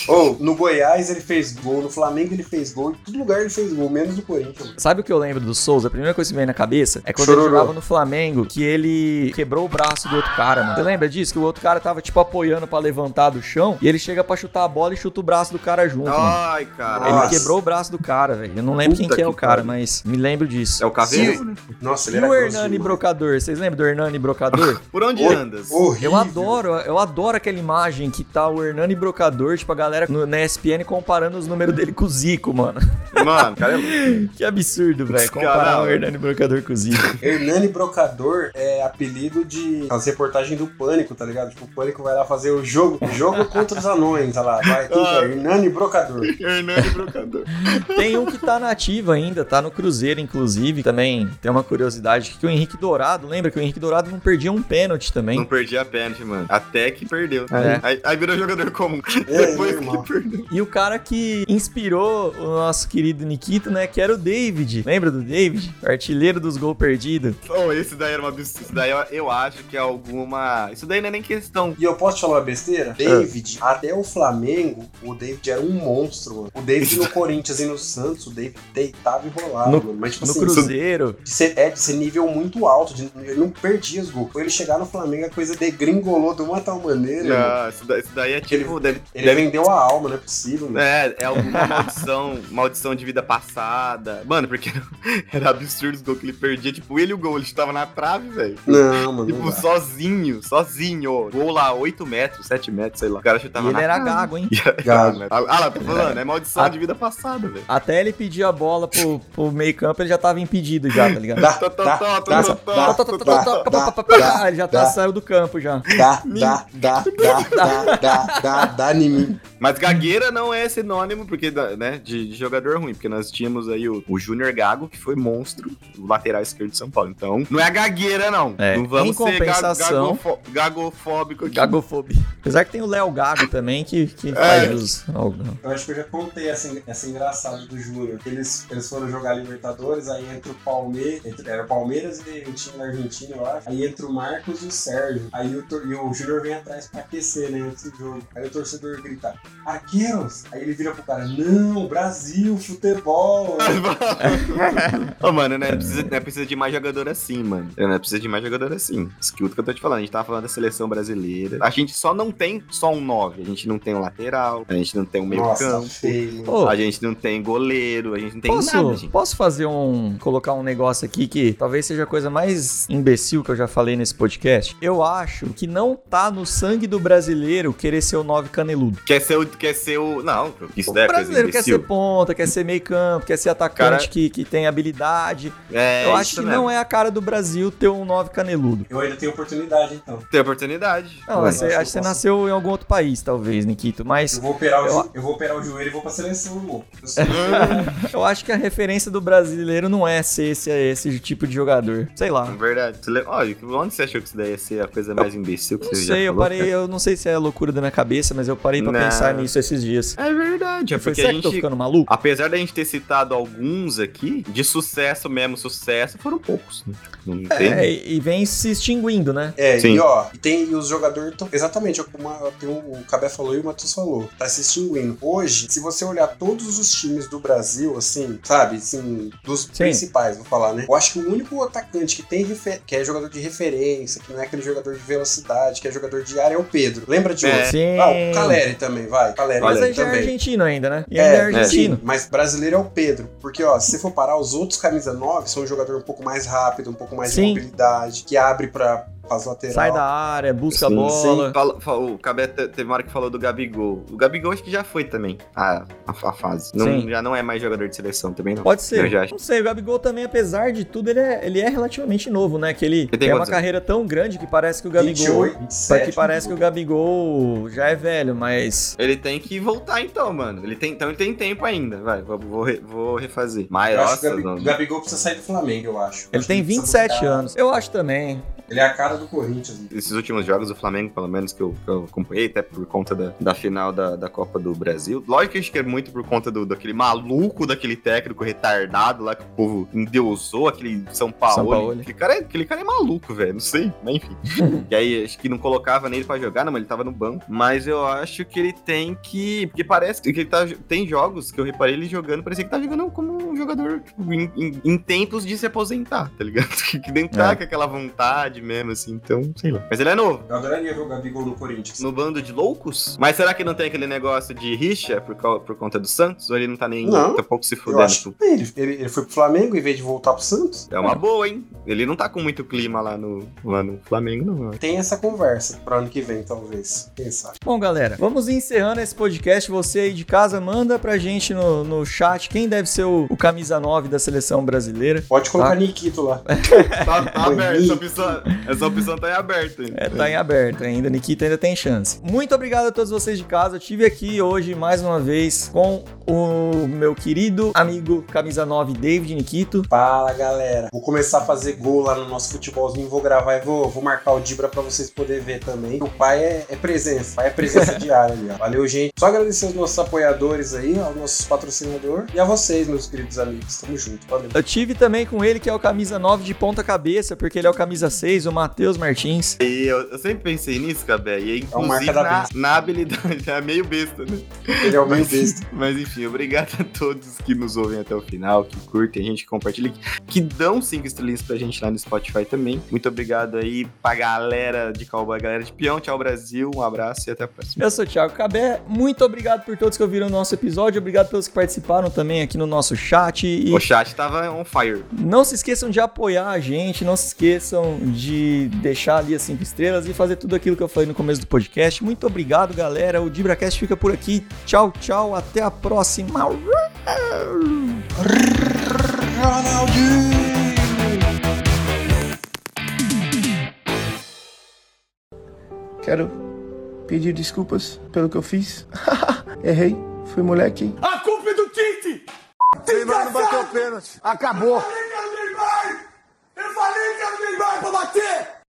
[SPEAKER 3] Ou, no Goiás ele fez gol, no Flamengo ele fez gol, em todo lugar ele fez gol, menos no Corinthians.
[SPEAKER 2] Sabe o que eu lembro do Souza? A primeira coisa que me vem na cabeça é quando ele
[SPEAKER 3] Chororô.
[SPEAKER 2] jogava no Flamengo, que ele quebrou o braço do outro cara, mano. Você lembra disso? Que o outro cara tava, tipo, apoiando pra levantar do chão e ele chega pra chutar a bola e chuta o braço do cara junto, mano.
[SPEAKER 4] Ai, cara.
[SPEAKER 2] Ele
[SPEAKER 3] nossa.
[SPEAKER 2] quebrou o braço do cara, velho. Eu não lembro
[SPEAKER 4] Puta
[SPEAKER 2] quem que é
[SPEAKER 4] que
[SPEAKER 2] o cara,
[SPEAKER 4] pariu.
[SPEAKER 2] mas me lembro disso.
[SPEAKER 4] É o Caveira?
[SPEAKER 3] Nossa,
[SPEAKER 2] E
[SPEAKER 3] ele era
[SPEAKER 2] o
[SPEAKER 3] grosso
[SPEAKER 2] Hernani Brocador. Vocês lembram do Hernani Brocador?
[SPEAKER 4] Por onde
[SPEAKER 3] Oi.
[SPEAKER 4] andas?
[SPEAKER 3] Horrível.
[SPEAKER 2] Eu adoro, eu adoro aquela imagem que tá o Hernani Brocador, tipo, a galera no- na ESPN comparando os números dele com o Zico, mano.
[SPEAKER 4] Mano, cara é louco.
[SPEAKER 2] Que absurdo, velho, comparar
[SPEAKER 4] Caralho.
[SPEAKER 2] o Hernani Brocador com o Zico.
[SPEAKER 3] Hernani Brocador é apelido de as reportagens do Pânico, tá ligado? Tipo, o Pânico vai lá fazer o jogo, jogo contra os anões, tá lá. Vai, quem que é? Hernani Brocador.
[SPEAKER 4] Hernani Brocador.
[SPEAKER 2] Tem um que tá na ativa ainda, tá no Cruzeiro, inclusive. Também tem uma curiosidade que o Henrique Dourado, lembra que o Henrique Dourado não perdia um pênalti
[SPEAKER 4] Não
[SPEAKER 2] também.
[SPEAKER 4] perdi a pênalti, mano. Até que perdeu.
[SPEAKER 2] É.
[SPEAKER 4] Aí, aí virou jogador comum.
[SPEAKER 3] É,
[SPEAKER 4] Depois
[SPEAKER 3] normal.
[SPEAKER 4] que perdeu.
[SPEAKER 2] E o cara que inspirou o nosso querido Nikito, né, que era o David. Lembra do David? O artilheiro dos gols perdidos.
[SPEAKER 4] Oh, esse daí era uma absurdo. Isso daí eu, eu acho que é alguma. Isso daí não é nem questão.
[SPEAKER 3] E eu posso te falar uma besteira? David, até o Flamengo, o David era um monstro, mano. O David no Corinthians e no Santos, o David deitava e rolava,
[SPEAKER 2] No-
[SPEAKER 3] mano. Mas, tipo
[SPEAKER 2] No
[SPEAKER 3] assim,
[SPEAKER 2] Cruzeiro.
[SPEAKER 3] de ser, é, de ser nível muito alto, de, ele não perdia os gols. Quando ele chegar no Flamengo, a coisa degringolou de uma tal maneira, mano.
[SPEAKER 4] Não, isso daí, isso daí é tipo. Deve,
[SPEAKER 3] Ele
[SPEAKER 4] deve-
[SPEAKER 3] vendeu a alma, não é possível, mano.
[SPEAKER 4] É, é alguma maldição, maldição de vida passada. Mano, porque era absurdo os gols que ele perdia. Tipo, ele e o gol, ele estava na trave, velho.
[SPEAKER 3] Não, mano. não
[SPEAKER 4] Tipo,
[SPEAKER 3] dá.
[SPEAKER 4] sozinho, sozinho. Gol lá, 8 metros, 7 metros, sei lá. O cara chutava
[SPEAKER 2] E ele
[SPEAKER 4] na
[SPEAKER 2] era gago, hein?
[SPEAKER 3] Gago.
[SPEAKER 4] Ah, lá, tô falando, é maldição
[SPEAKER 2] Ah.
[SPEAKER 4] de vida passada, velho.
[SPEAKER 2] Até ele pedir a bola pro, pro meio campo, ele já tava impedido já, tá ligado?
[SPEAKER 3] Dá,
[SPEAKER 4] Tó, tó,
[SPEAKER 3] dá,
[SPEAKER 4] tó,
[SPEAKER 3] dá,
[SPEAKER 4] tó, tó,
[SPEAKER 2] Tó,
[SPEAKER 3] dá,
[SPEAKER 2] tó, tó, tó,
[SPEAKER 3] dá,
[SPEAKER 2] tó,
[SPEAKER 3] dá,
[SPEAKER 2] pá, pá, pá,
[SPEAKER 3] dá,
[SPEAKER 2] pá, Ele já tá
[SPEAKER 3] dá.
[SPEAKER 2] saiu do campo já.
[SPEAKER 3] Dá, dá, dá, dá, dá, dá, dá, dá em mim.
[SPEAKER 4] Mas gagueira não é sinônimo porque, da- né, de, de jogador ruim, porque nós tínhamos aí o, o Júnior Gago, que foi monstro, o lateral esquerdo de São Paulo. Então, não é gagueira, não.
[SPEAKER 2] É.
[SPEAKER 4] Não vamos
[SPEAKER 2] Em compensação-
[SPEAKER 4] ser ga- gagofo- gagofóbico aqui.
[SPEAKER 2] Gagofobia. Apesar que tem o Léo Gago também, que, que faz jus. ao-
[SPEAKER 3] Eu acho que eu já contei essa, essa engraçada do Júnior. que Eles, eles foram jogar Libertadores, aí entra o Palmeiras, entre- era o Palmeiras e o time da Argentina, eu acho. Aí entra o Marcos e o Sérgio. Aí o, tor- e o Júnior vem atrás pra aquecer, né, antes do jogo. Aí o torcedor grita, Arqueiros! Aí ele vira pro cara, não, Brasil, futebol!
[SPEAKER 4] Ô, mano, né, precisa, né, precisa de mais jogador assim, mano. Né, precisa de mais jogador assim. Escuta o que eu tô te falando. A gente tava falando da seleção brasileira. A gente só não tem só um 9. A gente não tem um lateral, a gente não tem um meio
[SPEAKER 3] Nossa,
[SPEAKER 4] campo.
[SPEAKER 3] feio.
[SPEAKER 2] Ô,
[SPEAKER 4] A gente não tem goleiro, a gente não tem nada,
[SPEAKER 2] posso,
[SPEAKER 4] gente.
[SPEAKER 2] posso fazer um. colocar um negócio aqui que talvez seja a coisa mais imbecil que eu já falei nesse podcast? Eu acho que não tá no sangue do brasileiro querer ser o nove caneludo.
[SPEAKER 4] Quer ser o. Quer ser o. Não, isso
[SPEAKER 2] O
[SPEAKER 4] daí é coisa
[SPEAKER 2] brasileiro quer
[SPEAKER 4] imbecil.
[SPEAKER 2] ser ponta, quer ser meio campo, quer ser atacante
[SPEAKER 4] Cara-
[SPEAKER 2] que, que tem habilidade.
[SPEAKER 4] É,
[SPEAKER 2] eu acho que não é a cara do Brasil ter um nove caneludo.
[SPEAKER 3] Eu ainda tenho oportunidade, então.
[SPEAKER 4] Tem oportunidade.
[SPEAKER 2] Não,
[SPEAKER 3] Ué,
[SPEAKER 2] você,
[SPEAKER 3] eu acho
[SPEAKER 2] acho que
[SPEAKER 3] que
[SPEAKER 2] você
[SPEAKER 3] eu posso-
[SPEAKER 2] nasceu em algum outro país, talvez, Nikito, mas
[SPEAKER 3] Eu vou operar o,
[SPEAKER 2] Eu-
[SPEAKER 3] jo- eu vou operar o joelho e vou pra seleção, irmão. Eu sou-
[SPEAKER 2] eu acho que a referência do brasileiro não é ser esse, esse tipo de jogador. Sei lá.
[SPEAKER 4] Verdade. Você lembra- Olha, onde você achou que isso daí ia ser a coisa mais imbecil que
[SPEAKER 2] Não
[SPEAKER 4] você já
[SPEAKER 2] sei, eu
[SPEAKER 4] falou?
[SPEAKER 2] parei, eu não sei se é loucura da minha cabeça, mas eu parei pra
[SPEAKER 4] Não.
[SPEAKER 2] pensar nisso esses dias.
[SPEAKER 4] É verdade, é
[SPEAKER 2] Eu falei,
[SPEAKER 4] porque
[SPEAKER 2] será
[SPEAKER 4] a
[SPEAKER 2] que eu tô
[SPEAKER 4] gente.
[SPEAKER 2] ficando maluco?
[SPEAKER 4] Apesar da gente ter citado alguns aqui, de sucesso mesmo, sucesso, foram poucos. né? Não tem.
[SPEAKER 2] É, e e vem se extinguindo, né?
[SPEAKER 3] É,
[SPEAKER 4] Sim.
[SPEAKER 3] e ó, e tem e os jogadores. tão- Exatamente, é como a- tem o o Cabé falou e o Matheus falou. Tá se extinguindo. Hoje, se você olhar todos os times do Brasil, assim, sabe? Assim, dos principais, vou falar, né? Eu acho que o único atacante que tem refer- que é jogador de referência, que não é aquele jogador de velocidade, que é jogador de área, é o Pedro. Lembra de
[SPEAKER 4] É.
[SPEAKER 3] outro?
[SPEAKER 2] Sim.
[SPEAKER 3] Ah, o Caleri também, vai. Caleri
[SPEAKER 2] Assim, Mas
[SPEAKER 4] Olha,
[SPEAKER 2] aí
[SPEAKER 3] também.
[SPEAKER 2] já é argentino ainda, né? E ainda é, argentino.
[SPEAKER 3] sim, mas brasileiro é o Pedro. Porque, ó, se você for parar, os outros camisa 9 são um jogador um pouco mais rápido, um pouco mais
[SPEAKER 2] Sim.
[SPEAKER 3] de mobilidade, que abre pra, as laterais.
[SPEAKER 2] Sai da área, busca
[SPEAKER 4] Sim,
[SPEAKER 2] a bola.
[SPEAKER 4] sim. Fala- fala- o Cabé te- teve uma hora que falou do Gabigol. O Gabigol acho que já foi também a, a, a fase. Não-
[SPEAKER 2] Sim.
[SPEAKER 4] já não é mais jogador de seleção também, não.
[SPEAKER 2] Pode
[SPEAKER 4] Eu
[SPEAKER 2] ser.
[SPEAKER 4] já acho.
[SPEAKER 2] Não sei, o Gabigol também, apesar de tudo, ele é, ele é relativamente novo, né? Que ele
[SPEAKER 4] tem
[SPEAKER 2] tem uma
[SPEAKER 4] quantos
[SPEAKER 2] carreira tão grande que parece que o Gabigol.
[SPEAKER 3] 28,
[SPEAKER 2] Só que
[SPEAKER 3] 27,
[SPEAKER 2] parece que o Gabigol já é velho, mas.
[SPEAKER 4] Ele tem que voltar então, mano. Ele tem, então ele tem tempo ainda. Vai, vou, vou, re- vou refazer. Mas,
[SPEAKER 3] Eu acho que
[SPEAKER 4] nossa,
[SPEAKER 3] o Gabi-
[SPEAKER 4] mano.
[SPEAKER 3] o Gabigol precisa sair do Flamengo, eu acho.
[SPEAKER 2] Ele
[SPEAKER 3] Acho que tá.
[SPEAKER 2] tem
[SPEAKER 3] precisa
[SPEAKER 2] 27
[SPEAKER 3] buscar-
[SPEAKER 2] anos. Eu acho também.
[SPEAKER 3] Ele é a cara do Corinthians. né?
[SPEAKER 4] esses últimos jogos do Flamengo, pelo menos que eu, que eu acompanhei, até por conta da, da final da, da Copa do Brasil. Lógico que acho que é muito por conta do, daquele maluco, daquele técnico retardado lá que o povo endeusou, aquele São Paulo.
[SPEAKER 2] Sampaoli.
[SPEAKER 4] Aquele, cara é, aquele cara é maluco, velho. Não sei, mas enfim. e aí acho que não colocava nele pra jogar, não, mas ele tava no banco. Mas eu acho que ele tem que. Porque parece que ele tá. Tem jogos que eu reparei ele jogando, parecia que tá jogando como um jogador tipo, em, em- em tempos de se aposentar, tá ligado? Que nem tá com aquela vontade idade mesmo, assim, então, sei lá. Mas ele é novo.
[SPEAKER 3] Eu adoraria ver o Gabigol no Corinthians.
[SPEAKER 4] No bando de loucos? Mas será que não tem aquele negócio de rixa por, cau- por conta do Santos? Ou ele não tá nem
[SPEAKER 3] Não.
[SPEAKER 4] tá pouco se
[SPEAKER 3] Eu
[SPEAKER 4] fudendo?
[SPEAKER 3] acho que ele, ele, ele foi pro Flamengo em vez de voltar pro Santos.
[SPEAKER 4] É uma boa, hein? Ele não tá com muito clima lá no, lá no Flamengo, não. eu acho.
[SPEAKER 3] Tem essa conversa pro ano que vem, talvez. Quem sabe?
[SPEAKER 2] Bom, galera, vamos encerrando esse podcast. Você aí de casa, manda pra gente no, no chat quem deve ser o, o camisa 9 da seleção brasileira.
[SPEAKER 3] Pode colocar
[SPEAKER 2] Tá.
[SPEAKER 3] Nikito lá.
[SPEAKER 4] Tá, tá aberto, essa opção, essa opção tá em aberto ainda.
[SPEAKER 2] É, tá em aberto ainda, Nikita ainda tem chance. Muito obrigado a todos vocês de casa. Eu tive aqui hoje mais uma vez com o meu querido amigo camisa 9 David Nikito.
[SPEAKER 3] Fala galera, vou começar a fazer gol lá no nosso futebolzinho, vou gravar e vou, vou marcar o Dibra pra vocês poderem ver também. O pai é, é presença, o pai é presença diária ali, ó. Valeu, gente. Só agradecer aos nossos apoiadores aí, aos nossos patrocinadores e a vocês, meus queridos amigos. Tamo junto, valeu.
[SPEAKER 2] Eu tive também com ele que é o camisa 9 de ponta cabeça, porque ele é o camisa 6, o Matheus Martins.
[SPEAKER 4] E eu, eu sempre pensei nisso, Cabé,
[SPEAKER 3] É
[SPEAKER 4] e é
[SPEAKER 3] marca
[SPEAKER 4] inclusive
[SPEAKER 3] da
[SPEAKER 4] na,
[SPEAKER 3] besta.
[SPEAKER 4] na habilidade, é meio besta, né?
[SPEAKER 3] Ele é o meu
[SPEAKER 4] Mas,
[SPEAKER 3] besta.
[SPEAKER 4] mas enfim, obrigado a todos que nos ouvem até o final, que curtem, a gente que compartilha, que- que dão cinco estrelinhas pra gente lá no Spotify também. Muito obrigado aí pra galera de Cowboy, galera de Peão, tchau Brasil, um abraço e até a próxima.
[SPEAKER 2] Eu sou o Thiago Cabé. Muito obrigado por todos que ouviram o nosso episódio. Obrigado pelos que participaram também aqui no nosso chat. E
[SPEAKER 4] O chat tava on fire.
[SPEAKER 2] Não se esqueçam de apoiar a gente, não se esqueçam de deixar ali as cinco estrelas e fazer tudo aquilo que eu falei no começo do podcast. Muito obrigado, galera. O DibraCast fica por aqui. Tchau, tchau. Até a próxima.
[SPEAKER 7] Quero pedir desculpas pelo que eu fiz. Errei, fui moleque.
[SPEAKER 10] Neymar não bateu o pênalti. Acabou.